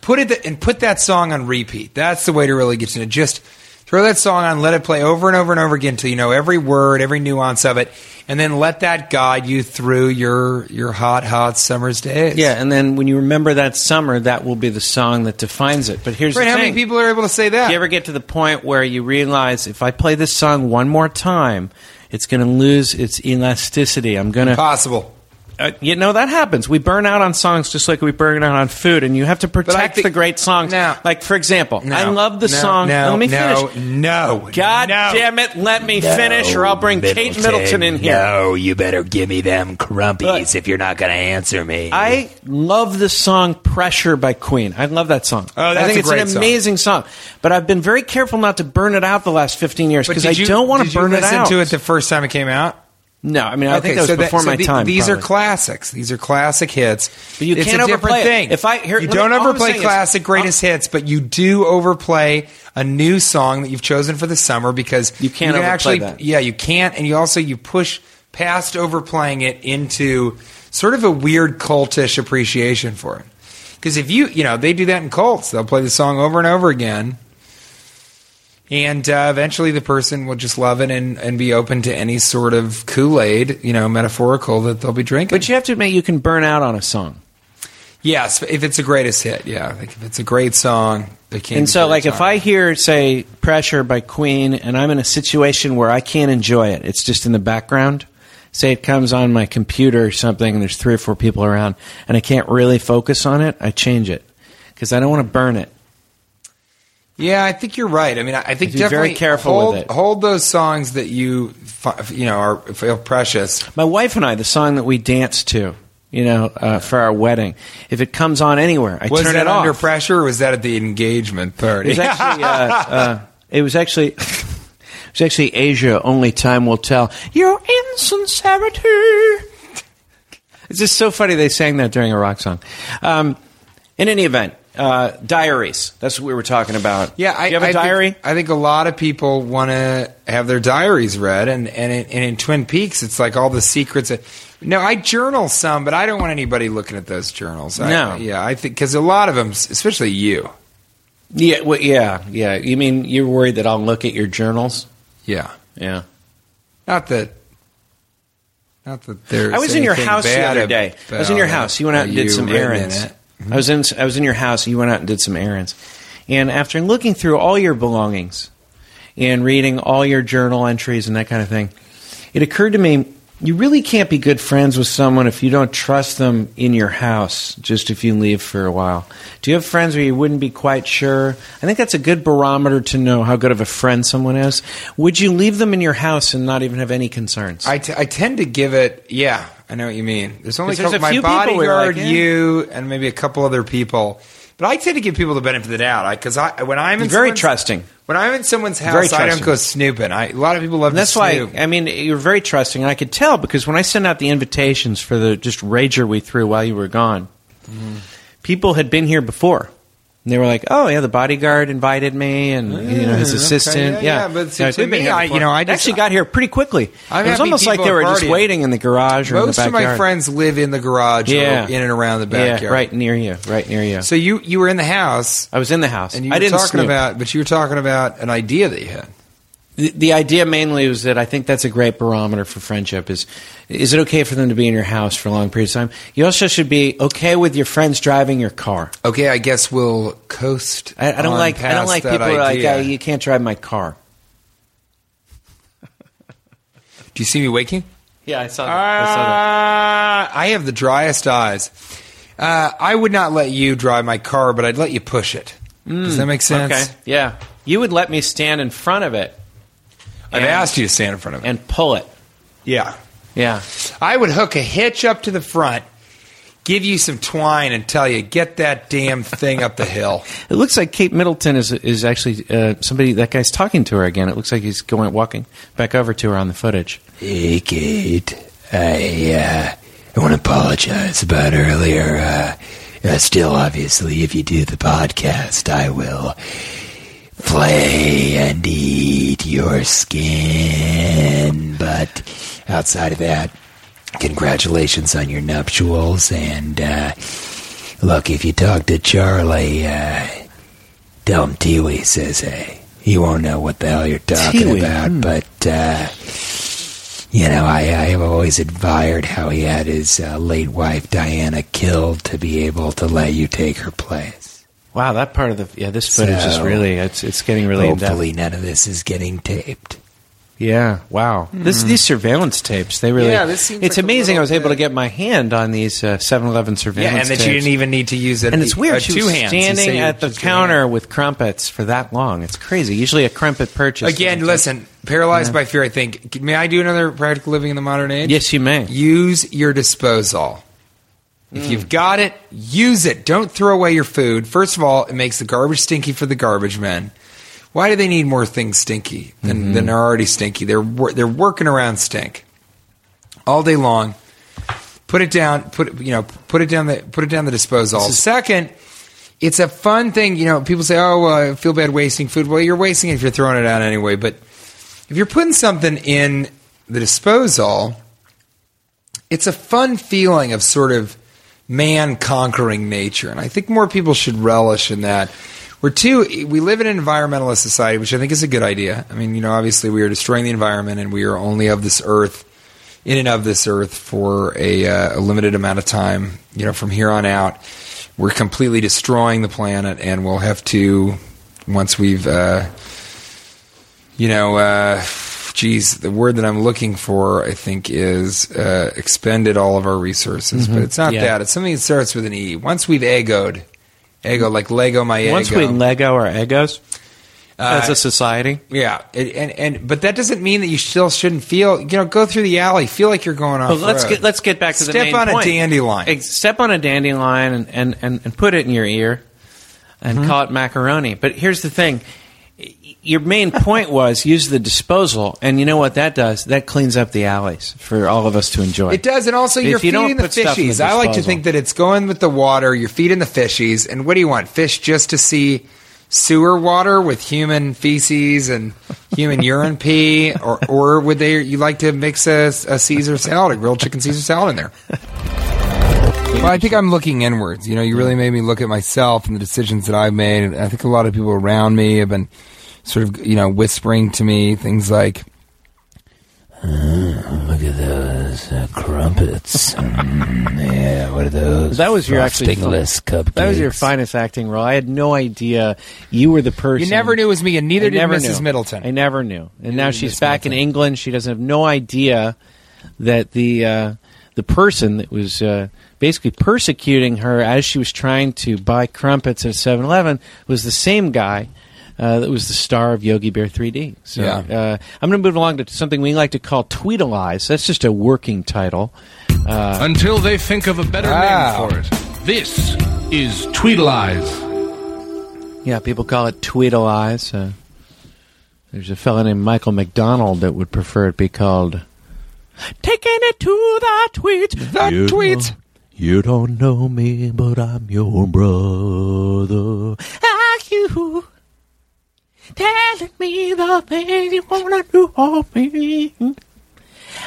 put it and put that song on repeat. That's the way to really get you to just throw that song on, let it play over and over and over again until you know every word, every nuance of it, and then let that guide you through your your hot, hot summer's days.
Yeah, and then when you remember that summer, that will be the song that defines it. But here's
Right?
the
How
thing.
many people are able to say that?
Do you ever get to the point where you realize if I play this song one more time, it's going to lose its elasticity? I'm going to.
Possible.
Uh, you know, that happens. We burn out on songs just like we burn out on food, and you have to protect
think-
the great songs.
No.
Like, for example,
No,
I love the
no,
song.
No,
let me
no,
finish.
No,
God
no.
damn it, let me finish, or I'll bring Kate Middleton in here.
No, you better give me them crumpies
Look.
if you're not going to answer me.
I love the song "Pressure" by Queen. I love that song.
Oh, that's
I think
a
it's
great
an
song.
amazing song. But I've been very careful not to burn it out the last fifteen years
But
because
did
I
you-
don't want
did
to
you
burn it
listen
out.
to it the first time it came out.
no, I mean I think that was
so
before
so
my
the-
time.
These are
probably.
classics. These are classic hits.
But you
it's
can't
a
overplay
different
it.
thing.
If I- here, let
you
me-
don't
all I'm
overplay
saying is-
classic greatest hits, but you do overplay a new song that you've chosen for the summer because
You can't
can
overplay
actually,
that.
Yeah, you can't, and you also you push past overplaying it into sort of a weird cultish appreciation for it. Because if you, you know, they do that in cults. They'll play the song over and over again. And uh, eventually, the person will just love it and, and be open to any sort of Kool Aid, you know, metaphorical that they'll be drinking.
But you have to admit you can burn out on a song.
yes, if it's a greatest hit, yeah, like if it's a great song, it can.
And
be
so,
great
like, if
song.
I hear, say, Pressure by Queen, and I'm in a situation where I can't enjoy it, it's just in the background. Say it comes on my computer or something, and there's three or four people around, and I can't really focus on it, I change it because I don't want to burn it.
yeah, I think you're right. I mean, I, I think
Be very
definitely
careful with
hold,
it.
hold those songs that you fi- you know are feel precious.
My wife and I, the song that we danced to, you know, uh, for our wedding, if it comes on anywhere, I
Was
turn
that
it off.
under pressure, or was that at the engagement
It
party?
was actually. Uh, uh, it was actually. [LAUGHS] It was actually Asia. Only time will tell. Your insincerity. It's just so funny they sang that during a rock song. Um, in any event, uh, diaries. That's what we were talking about.
Yeah, I,
Do you have a
I
diary.
Think, I think a lot of people want to have their diaries read, and and in, and in Twin Peaks, it's like all the secrets. That, no, I journal some, but I don't want anybody looking at those journals. I-
No.
yeah, I think because a lot of them, especially you.
yeah, well, yeah, yeah. You mean you're worried that I'll look at your journals?
Yeah,
Yeah.
not that. Not that there's
I was in your
anything
house the
bad
other day. I was in your
about
house. You went out and did
you
some
written in
errands.
it.
I was in. I was in your house. You went out and did some errands. And after looking through all your belongings and reading all your journal entries and that kind of thing, it occurred to me you really can't be good friends with someone if you don't trust them in your house. Just if you leave for a while, do you have friends where you wouldn't be quite sure? I think that's a good barometer to know how good of a friend someone is. Would you leave them in your house and not even have any concerns?
I, t- I tend to give it. Yeah, I know what you mean. There's only
'Cause there's
couple-
a
my
few people we
bodyguard,
like, eh. yeah.
you, and maybe a couple other people. But I tend to give people the benefit of the doubt because I, when I'm in
You're very
someone's-
trusting.
When I'm in someone's
Very
house, I don't
trusting.
go snooping. I, a lot of people love
And that's
to
why
snoop.
I mean you're very trusting, and I could tell because when I sent out the invitations
Mm-hmm.
for the just rager we threw while you were gone, people had been here before. And they were like, "Oh yeah, the bodyguard invited me, and you know his
okay,
assistant."
yeah,
yeah,
yeah, but see,
Yeah,
to me,
maybe
I- you know, I
It
just-
actually got here pretty quickly.
I've
it
had
was
to meet
almost like
people
they
at
were just
partying.
waiting in the garage or in the
Most of my
backyard.
friends live in the garage
Yeah.
or in and around the backyard.
yeah, right near you, right near you.
So you you were in the house
I was in the house.
and you
I
were
didn't
talking
snoop.
about but you were talking about an idea that you had.
the, the idea mainly was that I think that's a great barometer for friendship is is it okay for them to be in your house for a long period of time? You also should be okay with your friends driving your car.
Okay, I guess we'll coast.
I, I don't
on
like I don't
past
like
that
people who are like
idea.
oh, you can't drive my car.
Do you see me waking?
Yeah, I saw
Uh, I have the driest eyes. Uh, I would not let you drive my car, but I'd let you push it. Does that make Ah, sense?
Okay, yeah, you would let me stand in front of it
I've
And-
asked you to stand in front of it.
and pull it.
yeah.
Yeah,
I would hook a hitch up to the front, give you some twine, and tell you, get that damn thing up the hill.
it looks like Kate Middleton is is actually uh, somebody that guy's talking to her again. It looks like he's going walking back over to her on the footage.
Hey, Kate. I, uh, I want to apologize about earlier. Uh, uh, still, obviously, if you do the podcast, I will play and eat your skin. But outside of that, congratulations on your nuptials. And, uh, look, if you talk to Charlie, uh, tell him Tiwi says hey. He won't know what the hell you're talking
Tiwi,
about, but, uh, you know, I, I have always admired how he had his uh, late wife Diana killed to be able to let you take her place.
Wow, that part of the yeah, this footage is
So,
really it's it's getting really in depth.
Hopefully, none of this is getting taped.
Yeah, wow. This these surveillance tapes, they really
Hmm. Yeah, this seems
It's
like a
amazing I
little
was able to
bit-
get my hand on these uh, 7-Eleven surveillance
[LAUGHS] Yeah, and that
tapes.
you didn't even need to use it.
and it's weird. She
two
was
hands. You say
standing
you
at the
just-
counter with crumpets for that long. It's crazy. Usually a crumpet purchase.
Again,
is-
listen, paralyzed by fear, I think. May I do another practical living in the modern age?
Yes, you may.
Use your disposal. If you've got it, use it. Don't throw away your food. First of all, it makes the garbage stinky for the garbage men. Why do they need more things stinky than, than are already stinky? They're wor- they're working around stink all day long. Put it down. Put it, you know. Put it down the. Put it down the disposal. Second, it's a fun thing. You know, people say, "Oh, well, I feel bad wasting food." Well, you're wasting it if you're throwing it out anyway. But if you're putting something in the disposal, it's a fun feeling of sort of man conquering nature, and I think more people should relish in that. We're too. We live in an environmentalist society, which I think is a good idea. I mean, you know, obviously we are destroying the environment, and we are only of this earth, in and of this earth, for a, uh, a limited amount of time. You know, from here on out, we're completely destroying the planet, and we'll have to once we've. Uh, you know, uh, geez, the word that I'm looking for, I think, is uh, expended all of our resources. But it's not
Mm-hmm. Yeah.
that. It's something that starts with an E. Once we've eggoed, ego like Lego my ego.
Once we Lego our egos
Uh,
as a society.
yeah, it, and and but that doesn't mean that you still shouldn't feel. You know, go through the alley, feel like you're going off.
But let's get let's get back to the
Step
main
on a
point.
dandelion.
Ex- Step on a dandelion and and and, and put it in your ear and
Mm-hmm.
call it macaroni. But here's the thing. Y- Your main point was use the disposal, and you know what that does? That cleans up the alleys for all of us to enjoy.
It does, and also
If
you're
you don't
feeding the
put stuff in the
fishies. I like to
disposal.
think that it's going with the water. You're feeding the fishies, and what do you want? Fish just to see sewer water with human feces and human urine pee, or or would they? You like to mix a, a Caesar salad, a grilled chicken Caesar salad in there? Well, I think I'm looking inwards. You know, you really made me look at myself and the decisions that I've made. And I think a lot of people around me have been sort of, you know, whispering to me things like,
Look at those uh, crumpets. [LAUGHS] Mm, yeah, what are those?
That was your actually
frostingless cupcakes.
That was your finest acting role. I had no idea you were the person.
You never knew it was me, and neither
I
did
never
Mrs.
knew.
Middleton.
I never knew. And now
did
she's
Mrs.
back in
Middleton.
England. She doesn't have no idea that the uh, the person that was uh, basically persecuting her as she was trying to buy crumpets at 7-Eleven was the same guy. Uh, that was the star of Yogi Bear 3D. So
Yeah.
uh, I'm going to move along to something we like to call Tweedalize. That's just a working title.
Until they think of a better
Wow.
name for it. This is Tweedleize.
Yeah, people call it Tweedle Eyes. Uh, there's a fellow named Michael McDonald that would prefer it be called Taking It to the Tweet.
The tweets.
You don't know me, but I'm your brother. Are you telling me the things you wanna do for me?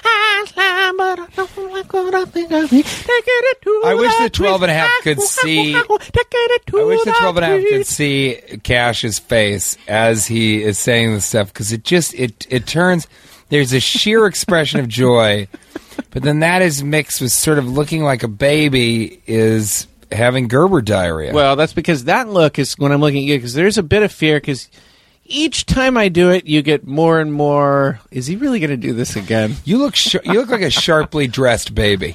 I lie, but I don't like what I think of me. Take it to
I wish the
trees.
12 and a half could see-
Take it to
I wish the 12 and a half could
trees.
see Cash's face as he is saying this stuff because it just it it turns there's a sheer [LAUGHS] expression of joy, but then that is mixed with sort of looking like a baby is having Gerber diarrhea.
Well, that's because that look is when I'm looking at you because there's a bit of fear because each time I do it, you get more and more. Is he really going to do this again?
you look sh- you look like a sharply dressed
[LAUGHS]
baby.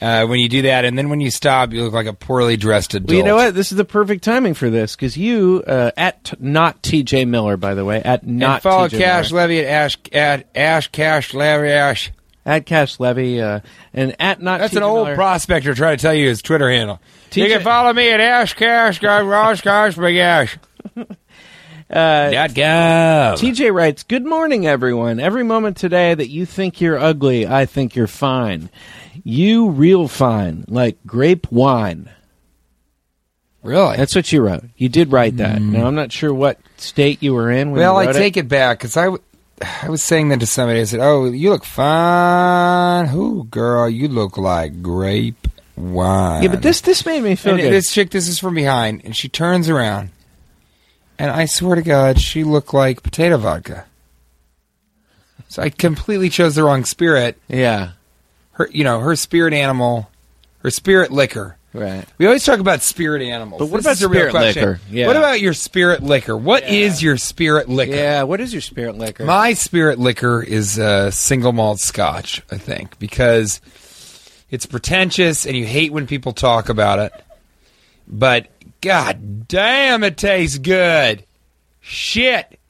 Uh, when you do that, and then when you stop, you look like a poorly dressed adult.
Well, you know what? This is the perfect timing for this because you uh, at t- not TJ Miller, by the way, at
And
not
follow
TJ
Cash
Miller,
Levy at Ash at Ash Cash Levy Ash.
at Cash Levy, uh, and at not.
That's
TJ
an old
Miller.
prospector trying to tell you his Twitter handle.
TJ
You can follow me at Ash Cash Guy Rosh Cash Big Ash. Dot gov.
TJ uh, writes, Good morning, everyone. Every moment today that you think you're ugly, I think you're fine. You real fine, like grape wine.
really?
That's what you wrote. You did write that. Now I'm not sure what state you were in. When
Mm. well,
you
I
wrote
take it, back 'cause back because I, w- I was saying that to somebody. I said, "Oh, you look fine. Who, girl? You look like grape wine."
Yeah, but this this made me feel
And
good.
this chick, this is from behind, and she turns around, and I swear to God, she looked like potato vodka. So I completely chose the wrong spirit.
yeah,
her you know her spirit animal her spirit liquor
right.
we always talk about spirit animals
But what
This
about
is a real
spirit
question.
liquor? Yeah.
what about your spirit liquor What is your spirit liquor
Yeah. What is your spirit liquor?
my spirit liquor is uh, single malt scotch i think because it's pretentious and you hate when people talk about it but god damn it tastes good shit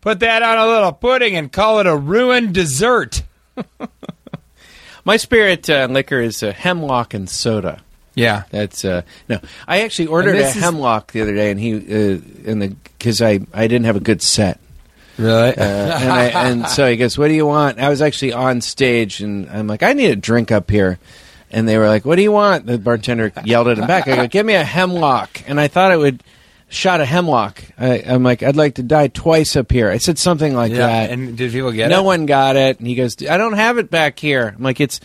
put that on a little pudding and call it a ruined dessert
My spirit uh, liquor is uh, hemlock and soda.
yeah
That's uh, no. I actually ordered
And
a
this is-
hemlock the other day, and he uh, and the because I I didn't have a good set.
really [LAUGHS]
Uh, and, I, and so he goes, "What do you want?" I was actually on stage, and I'm like, "I need a drink up here." And they were like, "What do you want?" The bartender yelled at him back. I go, "Give me a hemlock." And I thought it would shot a hemlock. I, I'm like, "I'd like to die twice up here." I said something like
Yeah,
that.
and did people get
no
it?
one got it. And he goes, "I don't have it back here." I'm like, "It's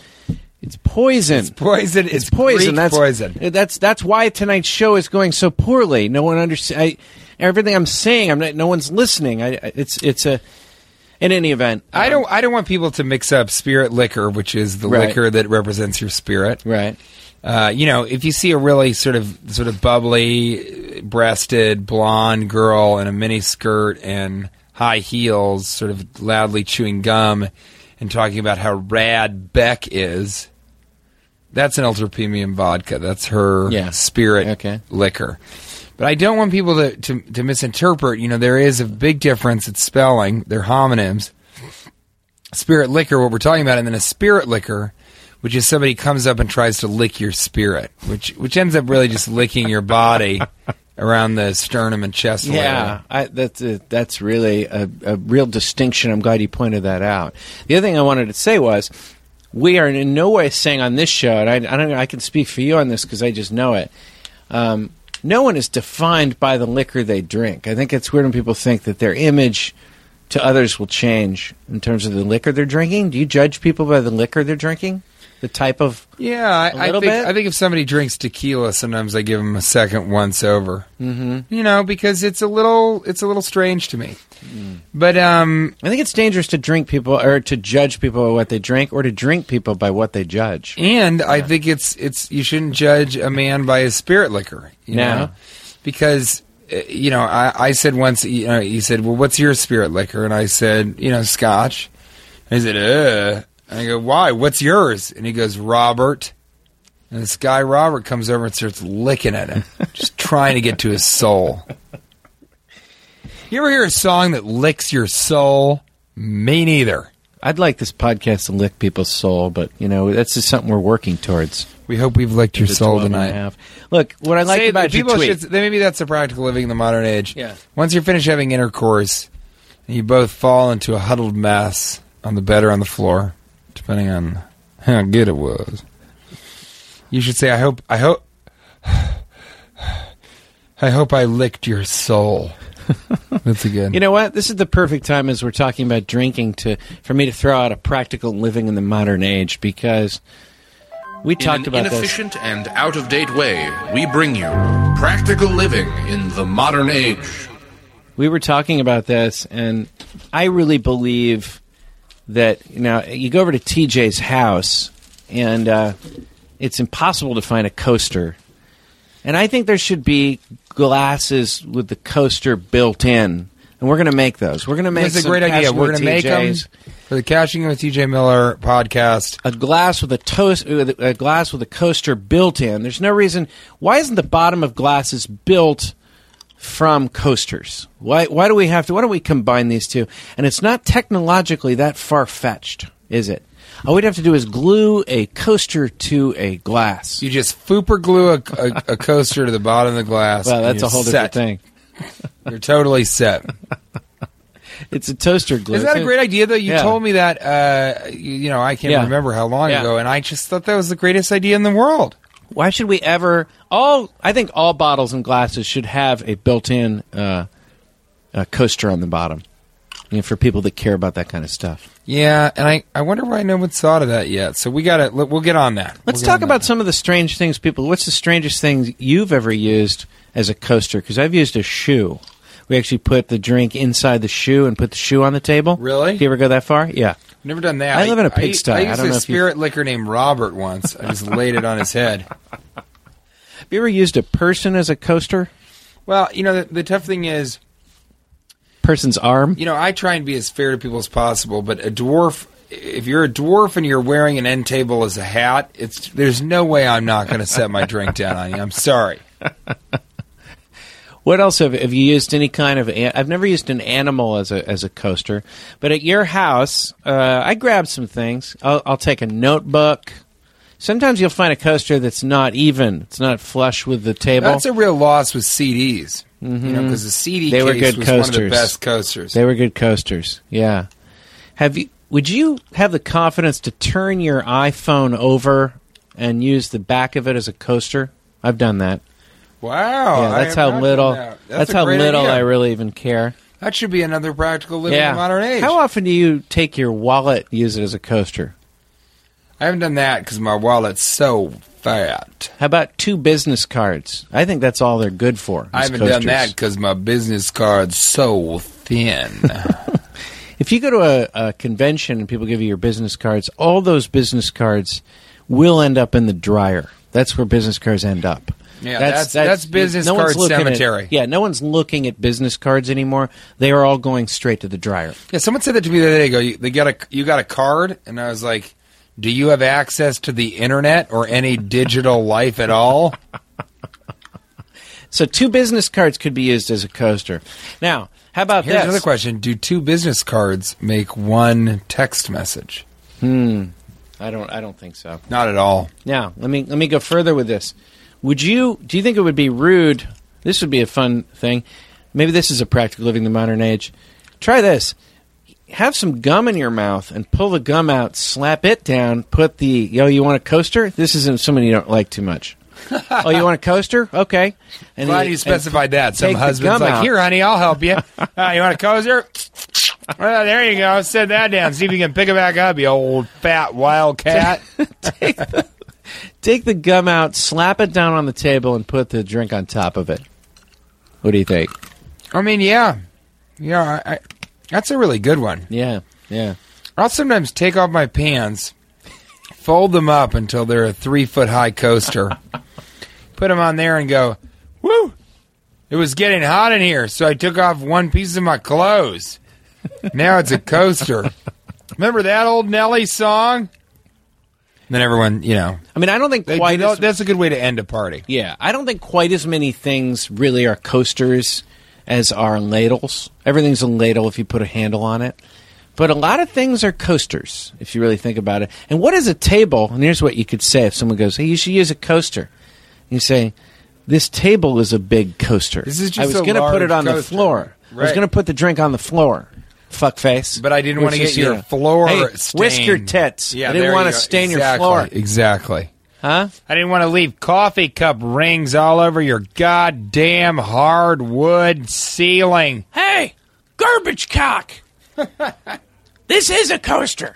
it's poison."
Poison is
it's poison.
Greek
that's
poison.
That's that's why tonight's show is going so poorly. No one understands. Everything I'm saying, I'm not, no one's listening. I, I- it's it's a. In any event,
I don't. I don't want people to mix up spirit liquor, which is the
Right.
liquor that represents your spirit.
Right.
Uh, you know, if you see a really sort of sort of bubbly, breasted, blonde girl in a mini skirt and high heels, sort of loudly chewing gum and talking about how rad Beck is, that's an ultra premium vodka. That's her
Yeah.
spirit
Okay.
liquor. But I don't want people to, to, to misinterpret. You know, there is a big difference. It's spelling. They're homonyms. Spirit liquor, what we're talking about, and then a spirit liquor, which is somebody comes up and tries to lick your spirit, which which ends up really just licking your body
[LAUGHS]
around the sternum and chest. area.
Yeah, I, that's a, that's really a, a real distinction. I'm glad you pointed that out. The other thing I wanted to say was, we are in no way saying on this show, and I, I don't know, I can speak for you on this because I just know it. Um, no one is defined by the liquor they drink. I think it's weird when people think that their image to others will change in terms of the liquor they're drinking. Do you judge people by the liquor they're drinking? The type of
Yeah, I,
A
I
little
think
bit?
I think if somebody drinks tequila, sometimes I give them a second once over. Mm-hmm. You know, because it's a little it's a little strange to me.
Mm.
But um,
I think it's dangerous to drink people or to judge people by what they drink or to drink people by what they judge.
and I think it's it's you shouldn't judge a man by his spirit liquor. You
No.
know, because uh, you know I, I said once you know you said well what's your spirit liquor and I said you know scotch. And he said uh, and I go why what's yours and he goes Robert. And this guy Robert comes over and starts licking at him, just trying to get to his soul. You ever hear a song that licks your soul? Me neither.
I'd like this podcast to lick people's soul, but you know that's just something we're working towards.
We hope we've licked your
The
soul
12 and a
tonight.
half. Look, what I like
Say
about
that
your
people
tweet.
should- maybe that's the practical living in the modern age.
Yeah.
Once you're finished having intercourse, and you both fall into a huddled mass on the bed or on the floor, depending on how good it was. You should say, I hope, I hope, [SIGHS] I hope I licked
[LAUGHS]
your soul. That's a good.
You know what? This is the perfect time as we're talking about drinking to for me to throw out a practical living in the modern age because we
In
talked
an
about this.
inefficient and out of date way, we bring you practical living in the modern age.
we were talking about this, and I really believe that you know you go over to TJ's house, and uh, it's impossible to find a coaster. And I think there should be glasses with the coaster built in, and we're going to make those. We're going to make.
That's a
some
great idea.
Cashmere
We're going to make them
TJs.
for the Cashing In with TJ Miller podcast.
a glass with a toast with a glass with a coaster built in. There's no reason why isn't the bottom of glasses built from coasters? Why why do we have to why don't we combine these two? And it's not technologically that far fetched, is it? All we'd have to do is glue a coaster to a glass.
You just fooper glue a, a, a coaster to the bottom of the glass.
Well,
and
that's
you're
a whole
set.
different thing.
You're totally set.
It's a toaster glue.
Isn't that a great idea, though? You
Yeah.
told me that, uh, you, you know, I can't
Yeah.
remember how long
Yeah.
ago, and I just thought that was the greatest idea in the world.
Why should we ever all? I think all bottles and glasses should have a built-in uh, uh coaster on the bottom, you know, for people that care about that kind of stuff.
Yeah, and I, I wonder why no one's thought of that yet. So we got to, we'll get on that.
Let's
We'll get
talk
on
about
that.
some of the strange things people. What's the strangest things you've ever used as a coaster? Because I've used a shoe. We actually put the drink inside the shoe and put the shoe on the table.
Really?
Do you ever go that far? Yeah.
Never done that.
I live in a pigsty.
I,
I
used
don't
a
know if you-
spirit liquor named Robert once. I just laid it on his head.
Have you ever used a person as a coaster?
Well, you know, the, the tough thing is,
Person's arm?
you know, I try and be as fair to people as possible, but a dwarf, if you're a dwarf and you're wearing an end table as a hat, it's there's no way I'm not going to set my drink down on you. I'm sorry.
What else have, have you used any kind of? An, I've never used an animal as a as a coaster, but at your house, uh, I grabbed some things. I'll, I'll take a notebook. Sometimes you'll find a coaster that's not even. It's not flush with the table.
That's a real loss with CDs. You know, because the
Mm-hmm.
CD
They
case
were good
was one of the
coasters.
best coasters.
they were good coasters. Yeah. Have you? Would you have the confidence to turn your iPhone over and use the back of it as a coaster? I've done that.
wow,
yeah,
Oh, I
that's
have not
how
done
little.
that.
That's,
a
how
great
little
idea.
I really even care.
that should be another practical living in the modern age.
How often do you take your wallet, use it as a coaster?
I haven't done that because my wallet's so fat.
How about two business cards? I think that's all they're good for.
I
is
haven't done
coasters.
that because my business card's so thin. [LAUGHS]
If you go to a, a convention and people give you your business cards, all those business cards will end up in the dryer. That's where business cards end up.
Yeah, that's- that's business
one's
card
looking at-
cemetery.
yeah, no one's looking at business cards anymore. They are all going straight to the dryer.
Yeah, someone said that to me the other day. Go, you, they got a you got a card, and I was like, "Do you have access to the internet or any digital life at all?"
So two business cards could be used as a coaster. Now, how about
Here's
this?
another question: Do two business cards make one text message?
I don't. I don't think so.
Not at all.
Now, let me let me go further with this. Would you do you think it would be rude? This would be a fun thing. Maybe this is a practical living in the modern age. Try this. Have some gum in your mouth and pull the gum out, slap it down, put the yo, you want a coaster? This isn't someone you don't like too much. oh, you want a coaster? Okay. And
[LAUGHS] Glad
then-
you
and-
specified that. Some
take the
husband's
gum
like,
out.
"Here, honey, I'll
[LAUGHS]
help you. Uh, you want a cozer? well, there you go. Set that down. See if you can pick it back up, you old fat
[LAUGHS]
wild cat."
Take the gum out, slap it down on the table, and put the drink on top of it. What do you think?
I mean, yeah, yeah. I, I, that's a really good one.
Yeah, yeah.
I'll sometimes take off my pants, fold them up until they're a three foot high coaster, [LAUGHS] put them on there, and go, woo! It was getting hot in here, so I took off one piece of my clothes. Now it's a coaster. Remember that old Nelly song? Then everyone, you know,
I mean, I don't think
they,
quite
you know,
as-
that's a good way to end a party.
Yeah, I don't think quite as many things really are coasters as are ladles. Everything's a ladle if you put a handle on it. But a lot of things are coasters if you really think about it. And what is a table? And here's what you could say if someone goes, "Hey, you should use a coaster." You say, "This table is a big coaster."
This is just
I was
a
gonna
large
put it on the
coaster."
floor. I was
Right.
going to put the drink on the floor. Fuckface.
But I didn't
Which
want to
is,
get your
you know,
floor
hey,
stained.
Whisk your tits.
Yeah,
I didn't
there
want
you
to
go.
stain your
Exactly,
floor.
Exactly.
Huh?
I didn't want to leave coffee cup rings all over your goddamn hardwood ceiling.
Hey, garbage
[LAUGHS]
cock! this is a coaster.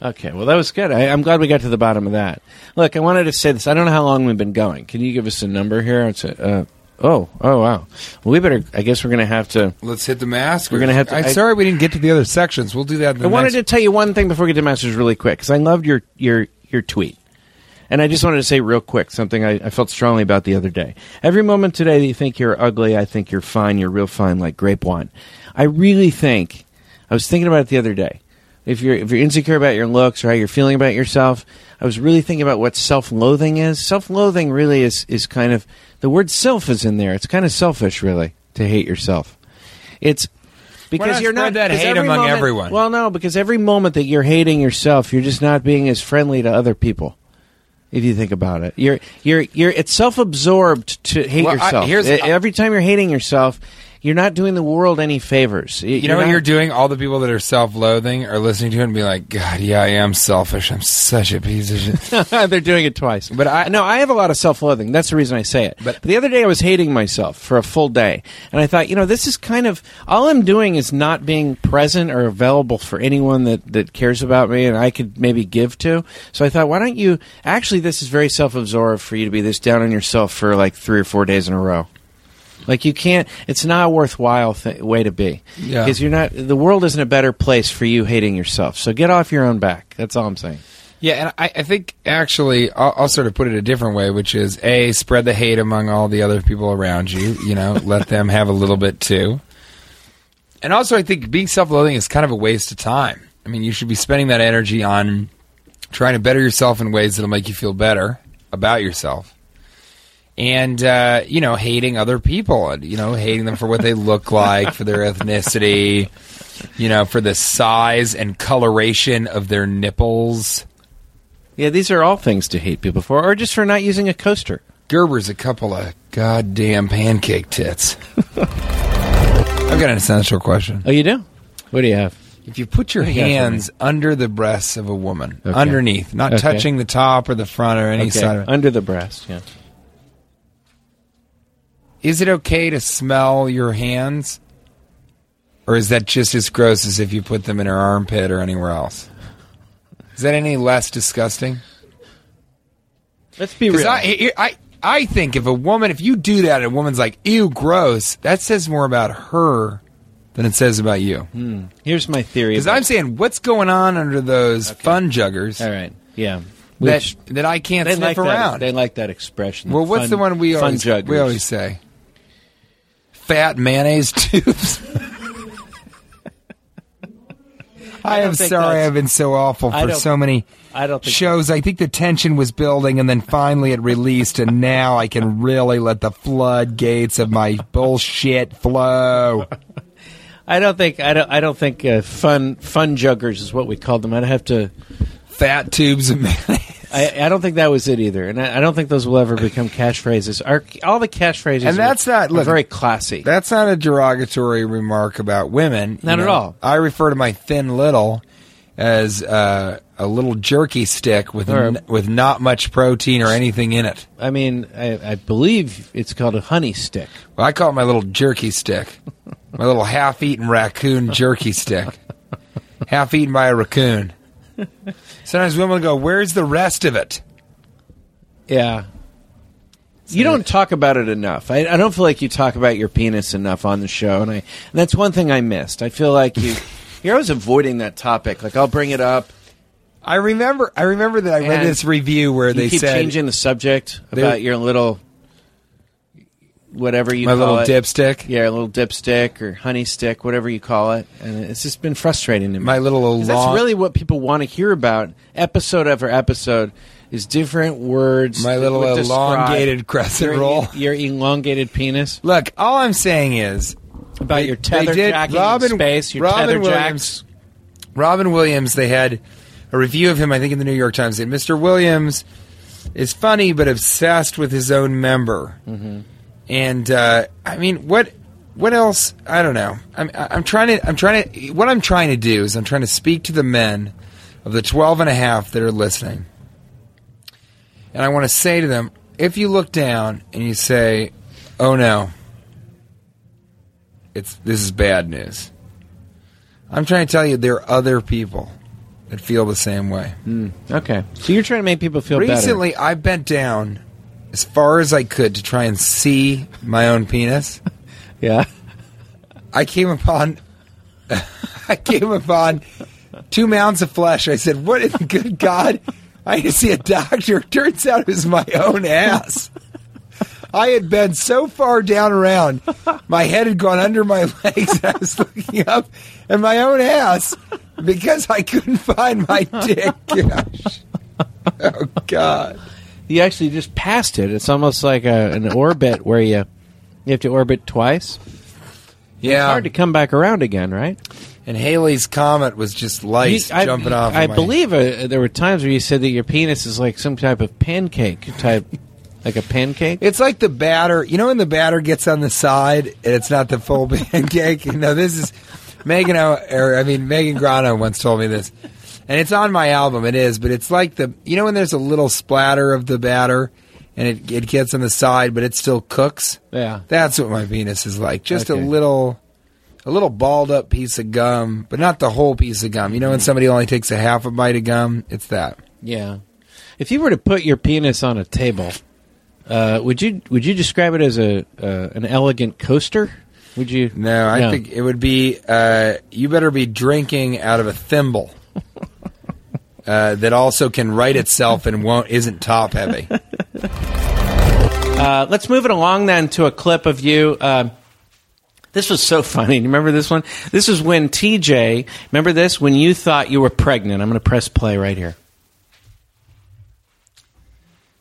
Okay, well, that was good. I, I'm glad we got to the bottom of that. Look, I wanted to say this. I don't know how long we've been going. Can you give us a number here? It's a, uh, oh, oh, wow. Well, we better. I guess we're going to have to.
Let's hit the mask.
We're gonna have to-
I'm
I-
sorry we didn't get to the other sections. We'll do that. In the
I wanted
next-
to tell you one thing before we get to masters really quick because I loved your your your tweet, and I just wanted to say real quick something I, I felt strongly about the other day. Every moment today that you think you're ugly, I think you're fine. You're real fine, like grape wine. I really think I was thinking about it the other day. If you're if you're insecure about your looks or how you're feeling about yourself, I was really thinking about what self-loathing is. Self-loathing really is is kind of the word self is in there. It's kind of selfish, really, to hate yourself. It's because
not
you're not
spread that
because
hate
every
among
moment-
everyone?
Well, no, because every moment that you're hating yourself, you're just not being as friendly to other people. If you think about it, you're you're you're it's self-absorbed to hate
Well, I-
yourself.
here's-
E- every time you're hating yourself, you're not doing the world any favors.
You know what you're doing? All the people that are self-loathing are listening to it and be like, "God, yeah, I am selfish. I'm such a piece of
[LAUGHS]
shit."
They're doing it twice.
But I-
no, I have a lot of self-loathing. That's the reason I say it. But,
But-
the other day I was hating myself for a full day, and I thought, you know, this is kind of all I'm doing is not being present or available for anyone that that cares about me and I could maybe give to. So I thought, why don't you? Actually, this is very self-absorbed for you to be this down on yourself for like three or four days in a row. Like you can't. It's not a worthwhile th- way to be
Yeah.
because you're not. The world isn't a better place for you hating yourself. So get off your own back. That's all I'm saying.
yeah, and I, I think actually I'll, I'll sort of put it a different way, which is a spread the hate among all the other people around you. You know, let them have a little bit too. And also, I think being self-loathing is kind of a waste of time. I mean, you should be spending that energy on trying to better yourself in ways that'll make you feel better about yourself. And uh, you know, hating other people, and, you know, hating them for what they look like, for their ethnicity, you know, for the size and coloration of their nipples.
Yeah, these are all things to hate people for, or just for not using a coaster.
Gerber's a couple of goddamn pancake tits. [LAUGHS] I've got an essential question.
Oh, you do? What do you have?
If you put your
you got for me?
hands under the breasts of a woman,
Okay.
underneath, not
Okay.
touching the top or the front or any side of it,
Under the breast, yeah.
is it okay to smell your hands? Or is that just as gross as if you put them in her armpit or anywhere else? Is that any less disgusting?
Let's be
Because
real.
I, I, I- I think if a woman, if you do that, and a woman's like, ew, gross, that says more about her than it says about you.
Here's my theory.
Because
about-
I'm saying, what's going on under those fun juggers
all right, yeah.
that,
Which-
that I can't
they like
sniff around?
that. They like that expression.
well, what's
Fun-
the one we
fun
always,
juggers.
we always say? Fat mayonnaise tubes. [LAUGHS] I, am
don't think
sorry
that's-
I've been so awful
I
for
don't-
so many
I don't think
shows. I think the tension was building and then finally it released, and now I can really let the floodgates of my
[LAUGHS]
bullshit flow.
I don't think I don't I don't think uh, fun fun juggers is what we called them. I'd have to.
Fat tubes of mayonnaise.
I, I don't think that was it either, and I, I don't think those will ever become catchphrases. Our, all the catchphrases
And that's
are,
not-
are
look-
very classy.
That's not a derogatory remark about women.
Not
You
at
know,
all.
I refer to my thin little as uh, a little jerky stick with
Or-
n- with not much protein or anything in it.
I mean, I, I believe it's called a honey stick.
Well, I call it my little jerky stick, my little half-eaten raccoon jerky stick, half-eaten by a raccoon. Sometimes women go, "Where's the rest of it?"
Yeah. You don't talk about it enough. I, I don't feel like you talk about your penis enough on the show, and I and that's one thing I missed. I feel like you you're always avoiding that topic. Like I'll bring it up.
I remember. I remember that I read
And
this review where
You
they
keep
said
changing the subject
They-
about your little whatever you
my
call
little
it.
dipstick,
Yeah, a little dipstick or honey stick, whatever you call it, and it's just been frustrating to me.
my little
'Cause
long.
that's really what people want to hear about, episode after episode, is different words.
My
that
little
would describe
elongated crescent
your-
roll.
[LAUGHS] your elongated penis.
Look, all I'm saying is
about
They-
your tether
they did-
jacking
Robin-
in space, your
Robin
tether
Williams-
jacks.
Robin Williams, they had a review of him, I think, in the New York Times. That Mr. Williams is funny but obsessed with his own member.
Mm-hmm.
And uh, I mean, what what else? I don't know. I'm, I'm trying to. I'm trying to. What I'm trying to do is I'm trying to speak to the men of the 12 and a half that are listening And I want to say to them, if you look down and you say, "Oh no, it's this is bad news," I'm trying to tell you there are other people that feel the same way.
Okay. So you're trying to make people feel
Recently, I bent down as far as I could to try and see my own penis.
better. [LAUGHS] Yeah.
I came upon, [LAUGHS] I came upon two mounds of flesh. I said, "What in good God? I need to see a doctor." [LAUGHS] Turns out it was my own ass. I had been so far down around, my head had gone under my [LAUGHS] legs. And I was looking up at my own ass because I couldn't find my dick. [LAUGHS] Gosh. Oh God!
You actually just passed it. It's almost like a, an orbit where you you have to orbit twice.
Yeah,
Hard to come back around again, right?
And Haley's comet was just
You-
lights
I,
jumping off.
I
of my-
believe uh, there were times where you said that your penis is like some type of pancake type, [LAUGHS] like a pancake.
it's like the batter. You know when the batter gets on the side and it's not the full [LAUGHS] pancake. No, this is Megan. O- Or I mean Megan Grano once told me this, and it's on my album. It is, but it's like the you know when there's a little splatter of the batter. And it, it gets on the side, but it still cooks.
Yeah.
that's what my penis is like. Just
Okay.
a little, a little balled up piece of gum, but not the whole piece of gum. You know, when somebody only takes a half a bite of gum, it's that.
Yeah. If you were to put your penis on a table, uh, would you would you describe it as a uh, an elegant coaster? Would you?
No, I think it would be uh, you better be drinking out of a thimble uh, that also can right itself and won't isn't top heavy.
Uh, let's move it along then to a clip of you. Um, this was so [LAUGHS] funny. You remember this one? This is when TJ. Remember this when you thought you were pregnant. I'm going to press play right here.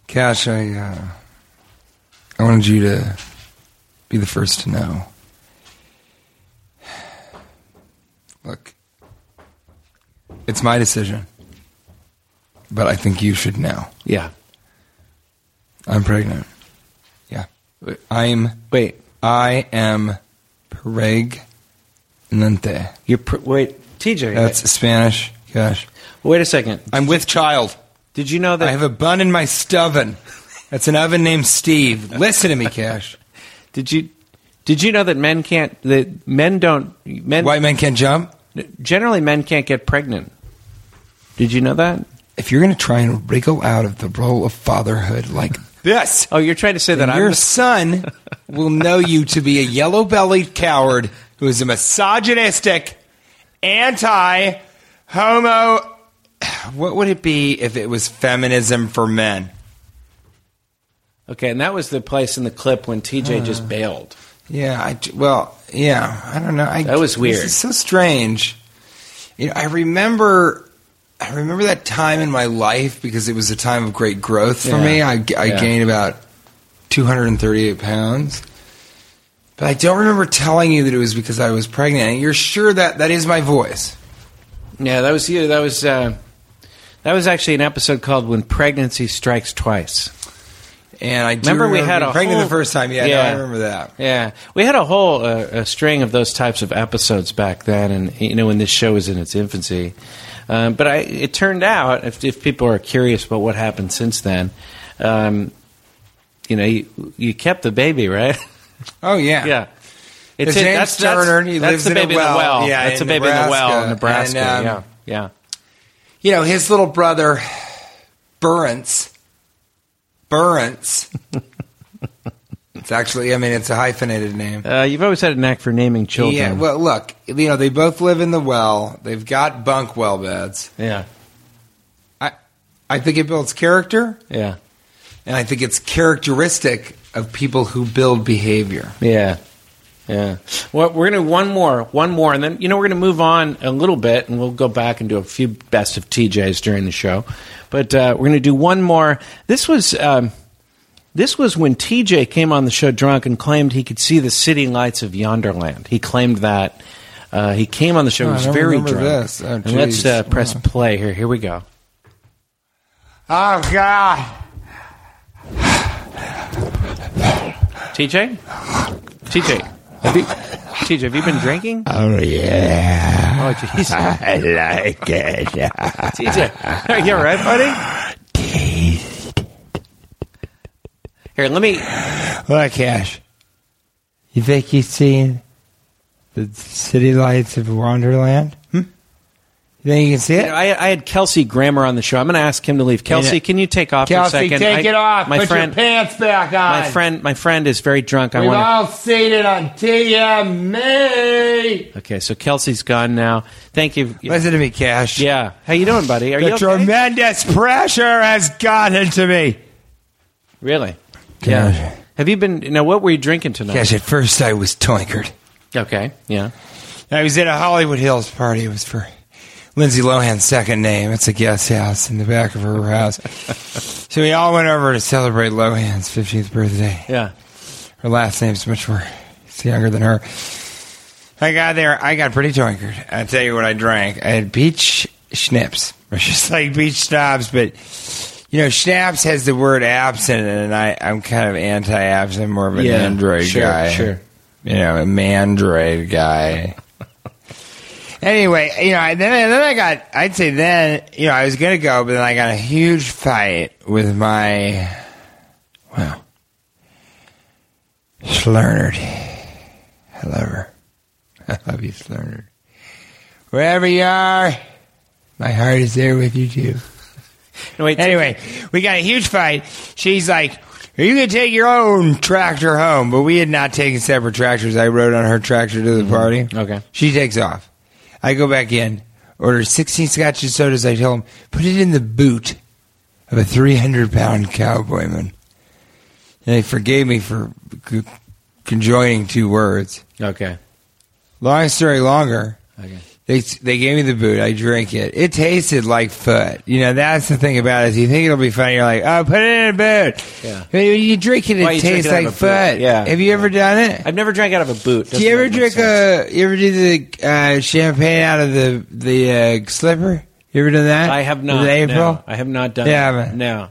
Cash, I uh, I wanted you to be the first to know. [SIGHS] Look, it's my decision, but I think you should know.
Yeah.
I'm pregnant. Yeah, I'm.
Wait.
I am pregnante.
You're pr- wait, TJ.
That's Spanish. Gosh.
wait a second.
I'm with child.
Did you know that?
I have a bun in my stubborn. That's an oven named Steve. Listen to me, Cash.
did you? Did you know that men can't? That men don't. Men
White men can't jump.
generally men can't get pregnant. Did you know that?
If you're going to try and wriggle out of the role of fatherhood like this,
Oh, you're trying to say that
then
I'm.
your
the-
son will know you to be a yellow bellied coward who is a misogynistic, anti homo. [SIGHS] What would it be if it was feminism for men?
okay, and that was the place in the clip when TJ just bailed.
Yeah, I well, yeah, I don't know. I,
That was weird.
This is so strange. You know, I remember, I remember that time in my life because it was a time of great growth for
Yeah.
me. I, I
Yeah.
gained about 238 pounds, but I don't remember telling you that it was because I was pregnant. And you're sure that that is my voice?
Yeah, that was you. That was. Uh, that was actually an episode called "When Pregnancy Strikes Twice."
And I do
Remember we had
being
a
pregnant
whole-
the first time. Yeah, no,
Yeah.
I remember that.
Yeah, we had a whole uh, a string of those types of episodes back then, and you know when this show was in its infancy. Um, but I, it turned out, if, if people are curious about what happened since then, um, you know, you, you kept the baby, right? [LAUGHS]
Oh yeah,
yeah. It's
James Turner, he
that's
lives
the
in a
baby
well.
in the well.
Yeah,
that's
in
the baby in the well, in Nebraska.
Nebraska. And, um,
yeah, yeah.
you know, his little brother, Burrance.
[LAUGHS]
Burrance. it's actually, I mean, it's a hyphenated name.
Uh, you've always had a knack for naming children.
Yeah, well, look, you know, they both live in the well. They've got bunk well beds.
yeah,
I, I think it builds character,
yeah,
and I think it's characteristic of people who build behavior.
yeah, yeah. Well, we're gonna one more, one more, and then you know we're gonna move on a little bit, and we'll go back and do a few best of TJs during the show. But uh, we're gonna do one more. This was um, this was when TJ came on the show drunk and claimed he could see the city lights of Yonderland. He claimed that. Uh, he came on the show.
Oh,
he
I
was
don't
very
remember
drunk.
this. Oh,
and let's
geez.
uh, press
Oh.
play here. Here we go.
Oh, God.
TJ, TJ, have you, TJ, have you been
[SIGHS]
drinking?
Oh, yeah. [LAUGHS]
Oh,
[LAUGHS]
jeez.
I like it.
TJ, are you all right, buddy?
Taste
Here, let me.
Look, Ash. You think you've seen the city lights of Wonderland? Hmm? You think you can see it?
I, I had Kelsey Grammer on the show. I'm going to ask him to leave. Kelsey, can you take off for a
Kelsey,
second?
take
I-
it off.
My
Put
friend,
your pants back on.
my friend, my friend is very drunk. I
We've
want.
all seen it on TMA.
to Okay, so Kelsey's gone now. Thank you.
Listen to me, Cash.
Yeah. How you doing, buddy? Are
The
you okay?
tremendous pressure has gotten to me.
Really?
Gosh.
Have you been? Now, what were you drinking tonight?
Gosh, at first I was twinkered.
Okay. Yeah.
I was at a Hollywood Hills party. It was for Lindsay Lohan's second name. It's a guest house in the back of her
[LAUGHS]
house. so we all went over to celebrate Lohan's 15th birthday.
Yeah.
Her last name's much more it's younger than her. I got there. I got pretty twinkered. I tell you what I drank. I had peach schnapps, [LAUGHS] which is like beach schnapps, but you know, schnapps has the word absent, in it, and I, I'm kind of anti-absent, more of an
Yeah,
android
sure,
guy.
sure.
You know, a mandroid
[LAUGHS]
guy. anyway, you know, I, then I, then I got. I'd say then, you know, I was gonna go, but then I got a huge fight with my well, Slurnard. I love her. I love you, Slurnard. Wherever you are, my heart is there with you too.
No, wait.
Anyway, we got a huge fight. She's like, "Are you gonna take your own tractor home?" But we had not taken separate tractors. I rode on her tractor to the party.
Okay.
She takes off. I go back in, order sixteen scotch and sodas. I tell him, "Put it in the boot of a three hundred pound cowboyman." And they forgave me for c- conjoining two words.
Okay.
Long story longer.
Okay.
They they gave me the boot. I drank it. It tasted like foot. You know that's the thing about it. Is you think it'll be funny. You're like, oh, put it in a boot.
Yeah.
But When you drink it, it
Why you drink
tastes
it out of
like
a boot?
foot.
Yeah.
Have you ever done it?
I've never drank out of a boot.
do you ever drink a? You ever do the uh, champagne out of the the uh, slipper? You ever done [LAUGHS] that?
I have not.
In April.
no. I have not done.
Yeah,
it.
but-
No.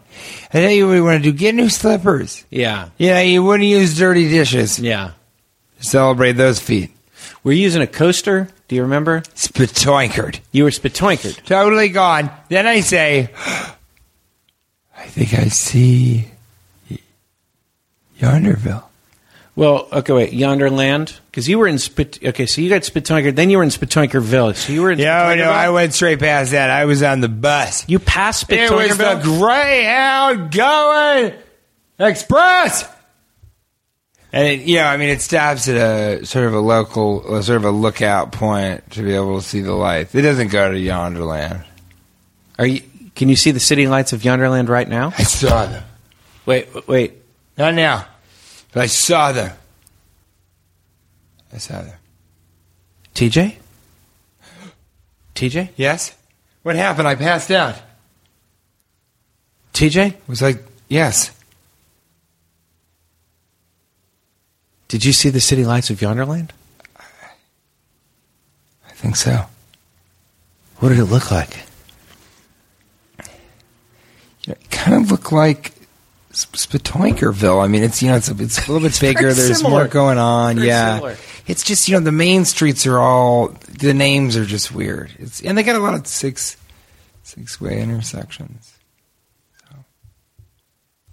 I tell you what you want to do. Get new slippers.
Yeah.
Yeah, you wouldn't use dirty dishes.
Yeah.
Celebrate those feet.
We're using a coaster. Do you remember?
Spitoinkered.
You were spitoinkered.
totally gone. Then I say, [GASPS] I think I see Yonderville.
Well, okay, wait. Yonder land, because you were in Spit. Okay, so you got Spitonker. Then you were in Spitonkerville. So you were in.
No, no,
Spitonkerville?
I went straight past that. I was on the bus.
You passed
It was the
Spitonkerville.
Greyhound going express. And it, you know, I mean, it stops at a sort of a local, a sort of a lookout point to be able to see the lights. It doesn't go to Yonderland.
Are you? Can you see the city lights of Yonderland right now?
I saw them.
Wait, wait, wait.
Not now. But I saw them. I saw them. [GASPS]
TJ. TJ.
Yes? What happened? I passed out. It
TJ.
was like, yes.
Did you see the city lights of Yonderland?
I think so.
What did it look like?
You know, it kind of looked like Sp- Spitoinkerville. I mean, it's, you know, it's a, [LAUGHS] it's a little bit bigger. There's
similar.
more going on.
Very
yeah.
similar.
It's just, you know, the main streets are all, the names are just weird. It's, and they got a lot of six, six way intersections.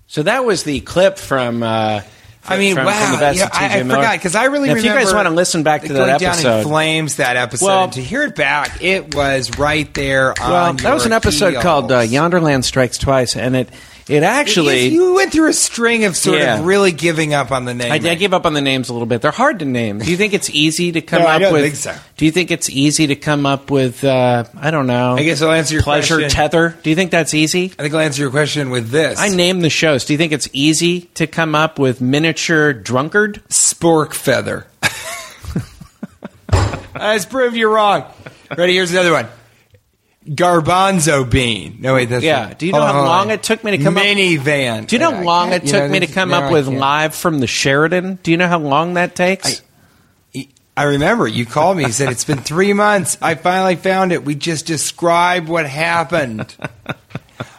So that was the clip from. Uh,
I mean,
from,
wow!
from the best
you know,
of
I,
TJ
I
Miller.
forgot because I really
Now, if
remember.
you guys want to listen back to
going
that
down
episode,
in flames that episode.
Well-
and to hear it back, it was right there. On
well, that was
your
an episode
heels.
called uh, "Yonderland Strikes Twice," and it it actually
If you went through a string of sort
Yeah.
of really giving up on the name.
I, I give up on the names a little bit. They're hard to name. Do you think it's easy to come
No,
up
I don't
with?
think so.
Do you think it's easy to come up with? Uh, I don't know.
I guess I'll answer your
pleasure
question.
tether. Do you think that's easy?
I think I'll answer your question with this.
I name the shows. Do you think it's easy to come up with miniature drunkard?
spork feather. [LAUGHS] I just proved you wrong. Ready? Here's another one. Garbanzo bean. No wait, that's
Yeah. Do you know
Hold on,
how
hold on.
long it took me to come up-
Minivan.
Do you know
Yeah,
how
I
long it
can't-
took
you know,
me to
this-
come
now
up
I
with
can't.
live from the Sheridan? Do you know how long that takes?
I remember you called me. You said it's been three months. I finally found it. We just described what happened.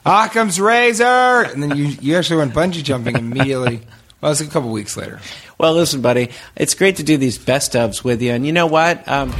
Occam's razor, and then you you actually went bungee jumping immediately. Well, it's a couple weeks later.
well, listen, buddy, it's great to do these best ofs with you, and you know what? Um,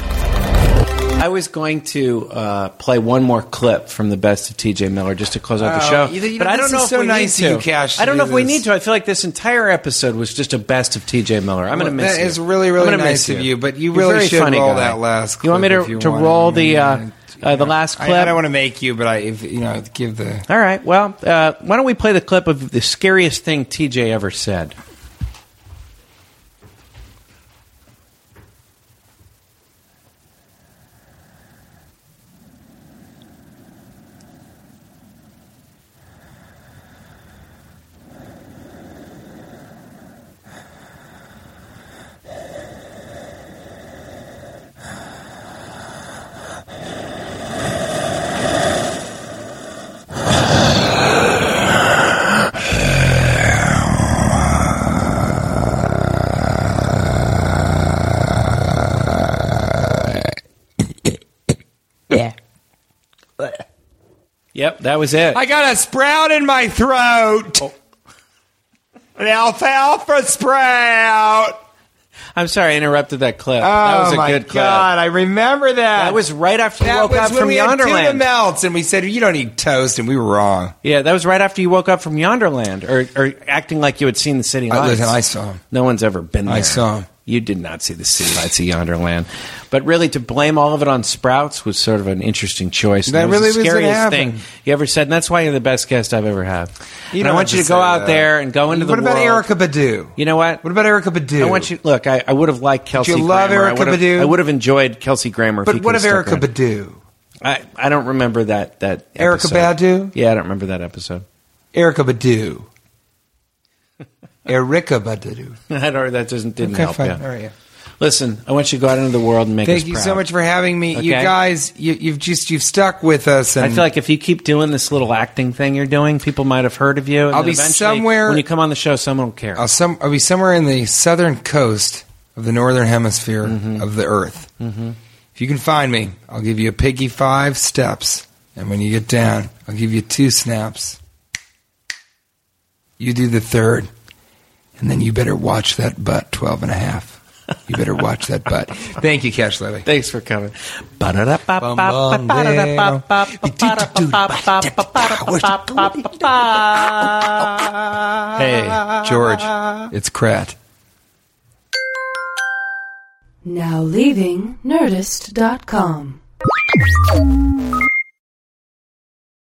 I was going to uh, play one more clip from the best of TJ Miller just to close out the
Oh,
show,
you- you
but
know,
I don't
this
know
is
if
so
we
nice
need
of
to.
you, Cash,
I don't
to
know
do
if we
this.
need to. I feel like this entire episode was just a best of TJ Miller. I'm going to
Well,
miss
that
you.
is really, really
I'm gonna
nice
miss
of you, but you
You're
really
very
should
funny
roll
guy.
that last
You want me
clip
to,
if you
to
want.
roll
I mean,
the uh,
you
uh, the
know,
last clip?
I, I don't want to make you, but I, if, you know, give the.
All right. Well, uh, why don't we play the clip of the scariest thing TJ ever said? Yep, that was it.
I got a sprout in my throat. An alfalfa sprout.
I'm sorry, I interrupted that clip.
Oh
that was a
my
good clip.
god, I remember that.
That was right after you
That
woke
was
up
when
from
we had tuna
Yonderland.
melts, and we said you don't need toast, and we were wrong.
Yeah, that was right after you woke up from Yonderland, or, or acting like you had seen the city
I-
lights.
listen, I saw 'em.
No one's ever been there.
I saw 'em.
You did not see the city lights of Yonderland, but really to blame all of it on Sprouts was sort of an interesting choice. and
That
was
really was
the
what
scariest
happened.
thing you ever said, and that's why you're the best guest I've ever had.
You
and I
don't
want
have
you
to
to go
say
out
that.
there and go into
what
the
about
world.
Erica Badu?
You know what?
What about Erica Badu?
I want you look. I, I would have liked Kelsey.
you love
Grammer.
Erykah
I would have,
Badu?
I would have enjoyed Kelsey Grammer. if
But
he
what
could
of
have
Erica
stuck around.
Badu?
I, I don't remember that that
Erica
episode.
Badu?
Yeah, I don't remember that episode. [LAUGHS]
Erica Badu. [LAUGHS] Erica Badu.
I don't. That doesn't didn't
Okay,
help.
fine.
yeah.
All right, yeah.
Listen, I want you to go out into the world and make.
Thank
us
you
proud.
so much for having me. You
Okay.
guys, you, you've just you've stuck with us, and
I feel like if you keep doing this little acting thing you're doing, people might have heard of you. And
I'll
then
be
eventually,
somewhere-
when you come on the show. Someone will care.
I'll, some, I'll be somewhere in the southern coast of the northern hemisphere of the Earth. If you can find me, I'll give you a piggy five steps, and when you get down, I'll give you two snaps. You do the third, and then you better watch that butt 12 and a half. You better watch that butt. Thank you, Cash Levy.
Thanks for coming.
Bum, bum, down. Hey, George, it's Krat.
Now leaving Nerdist.com.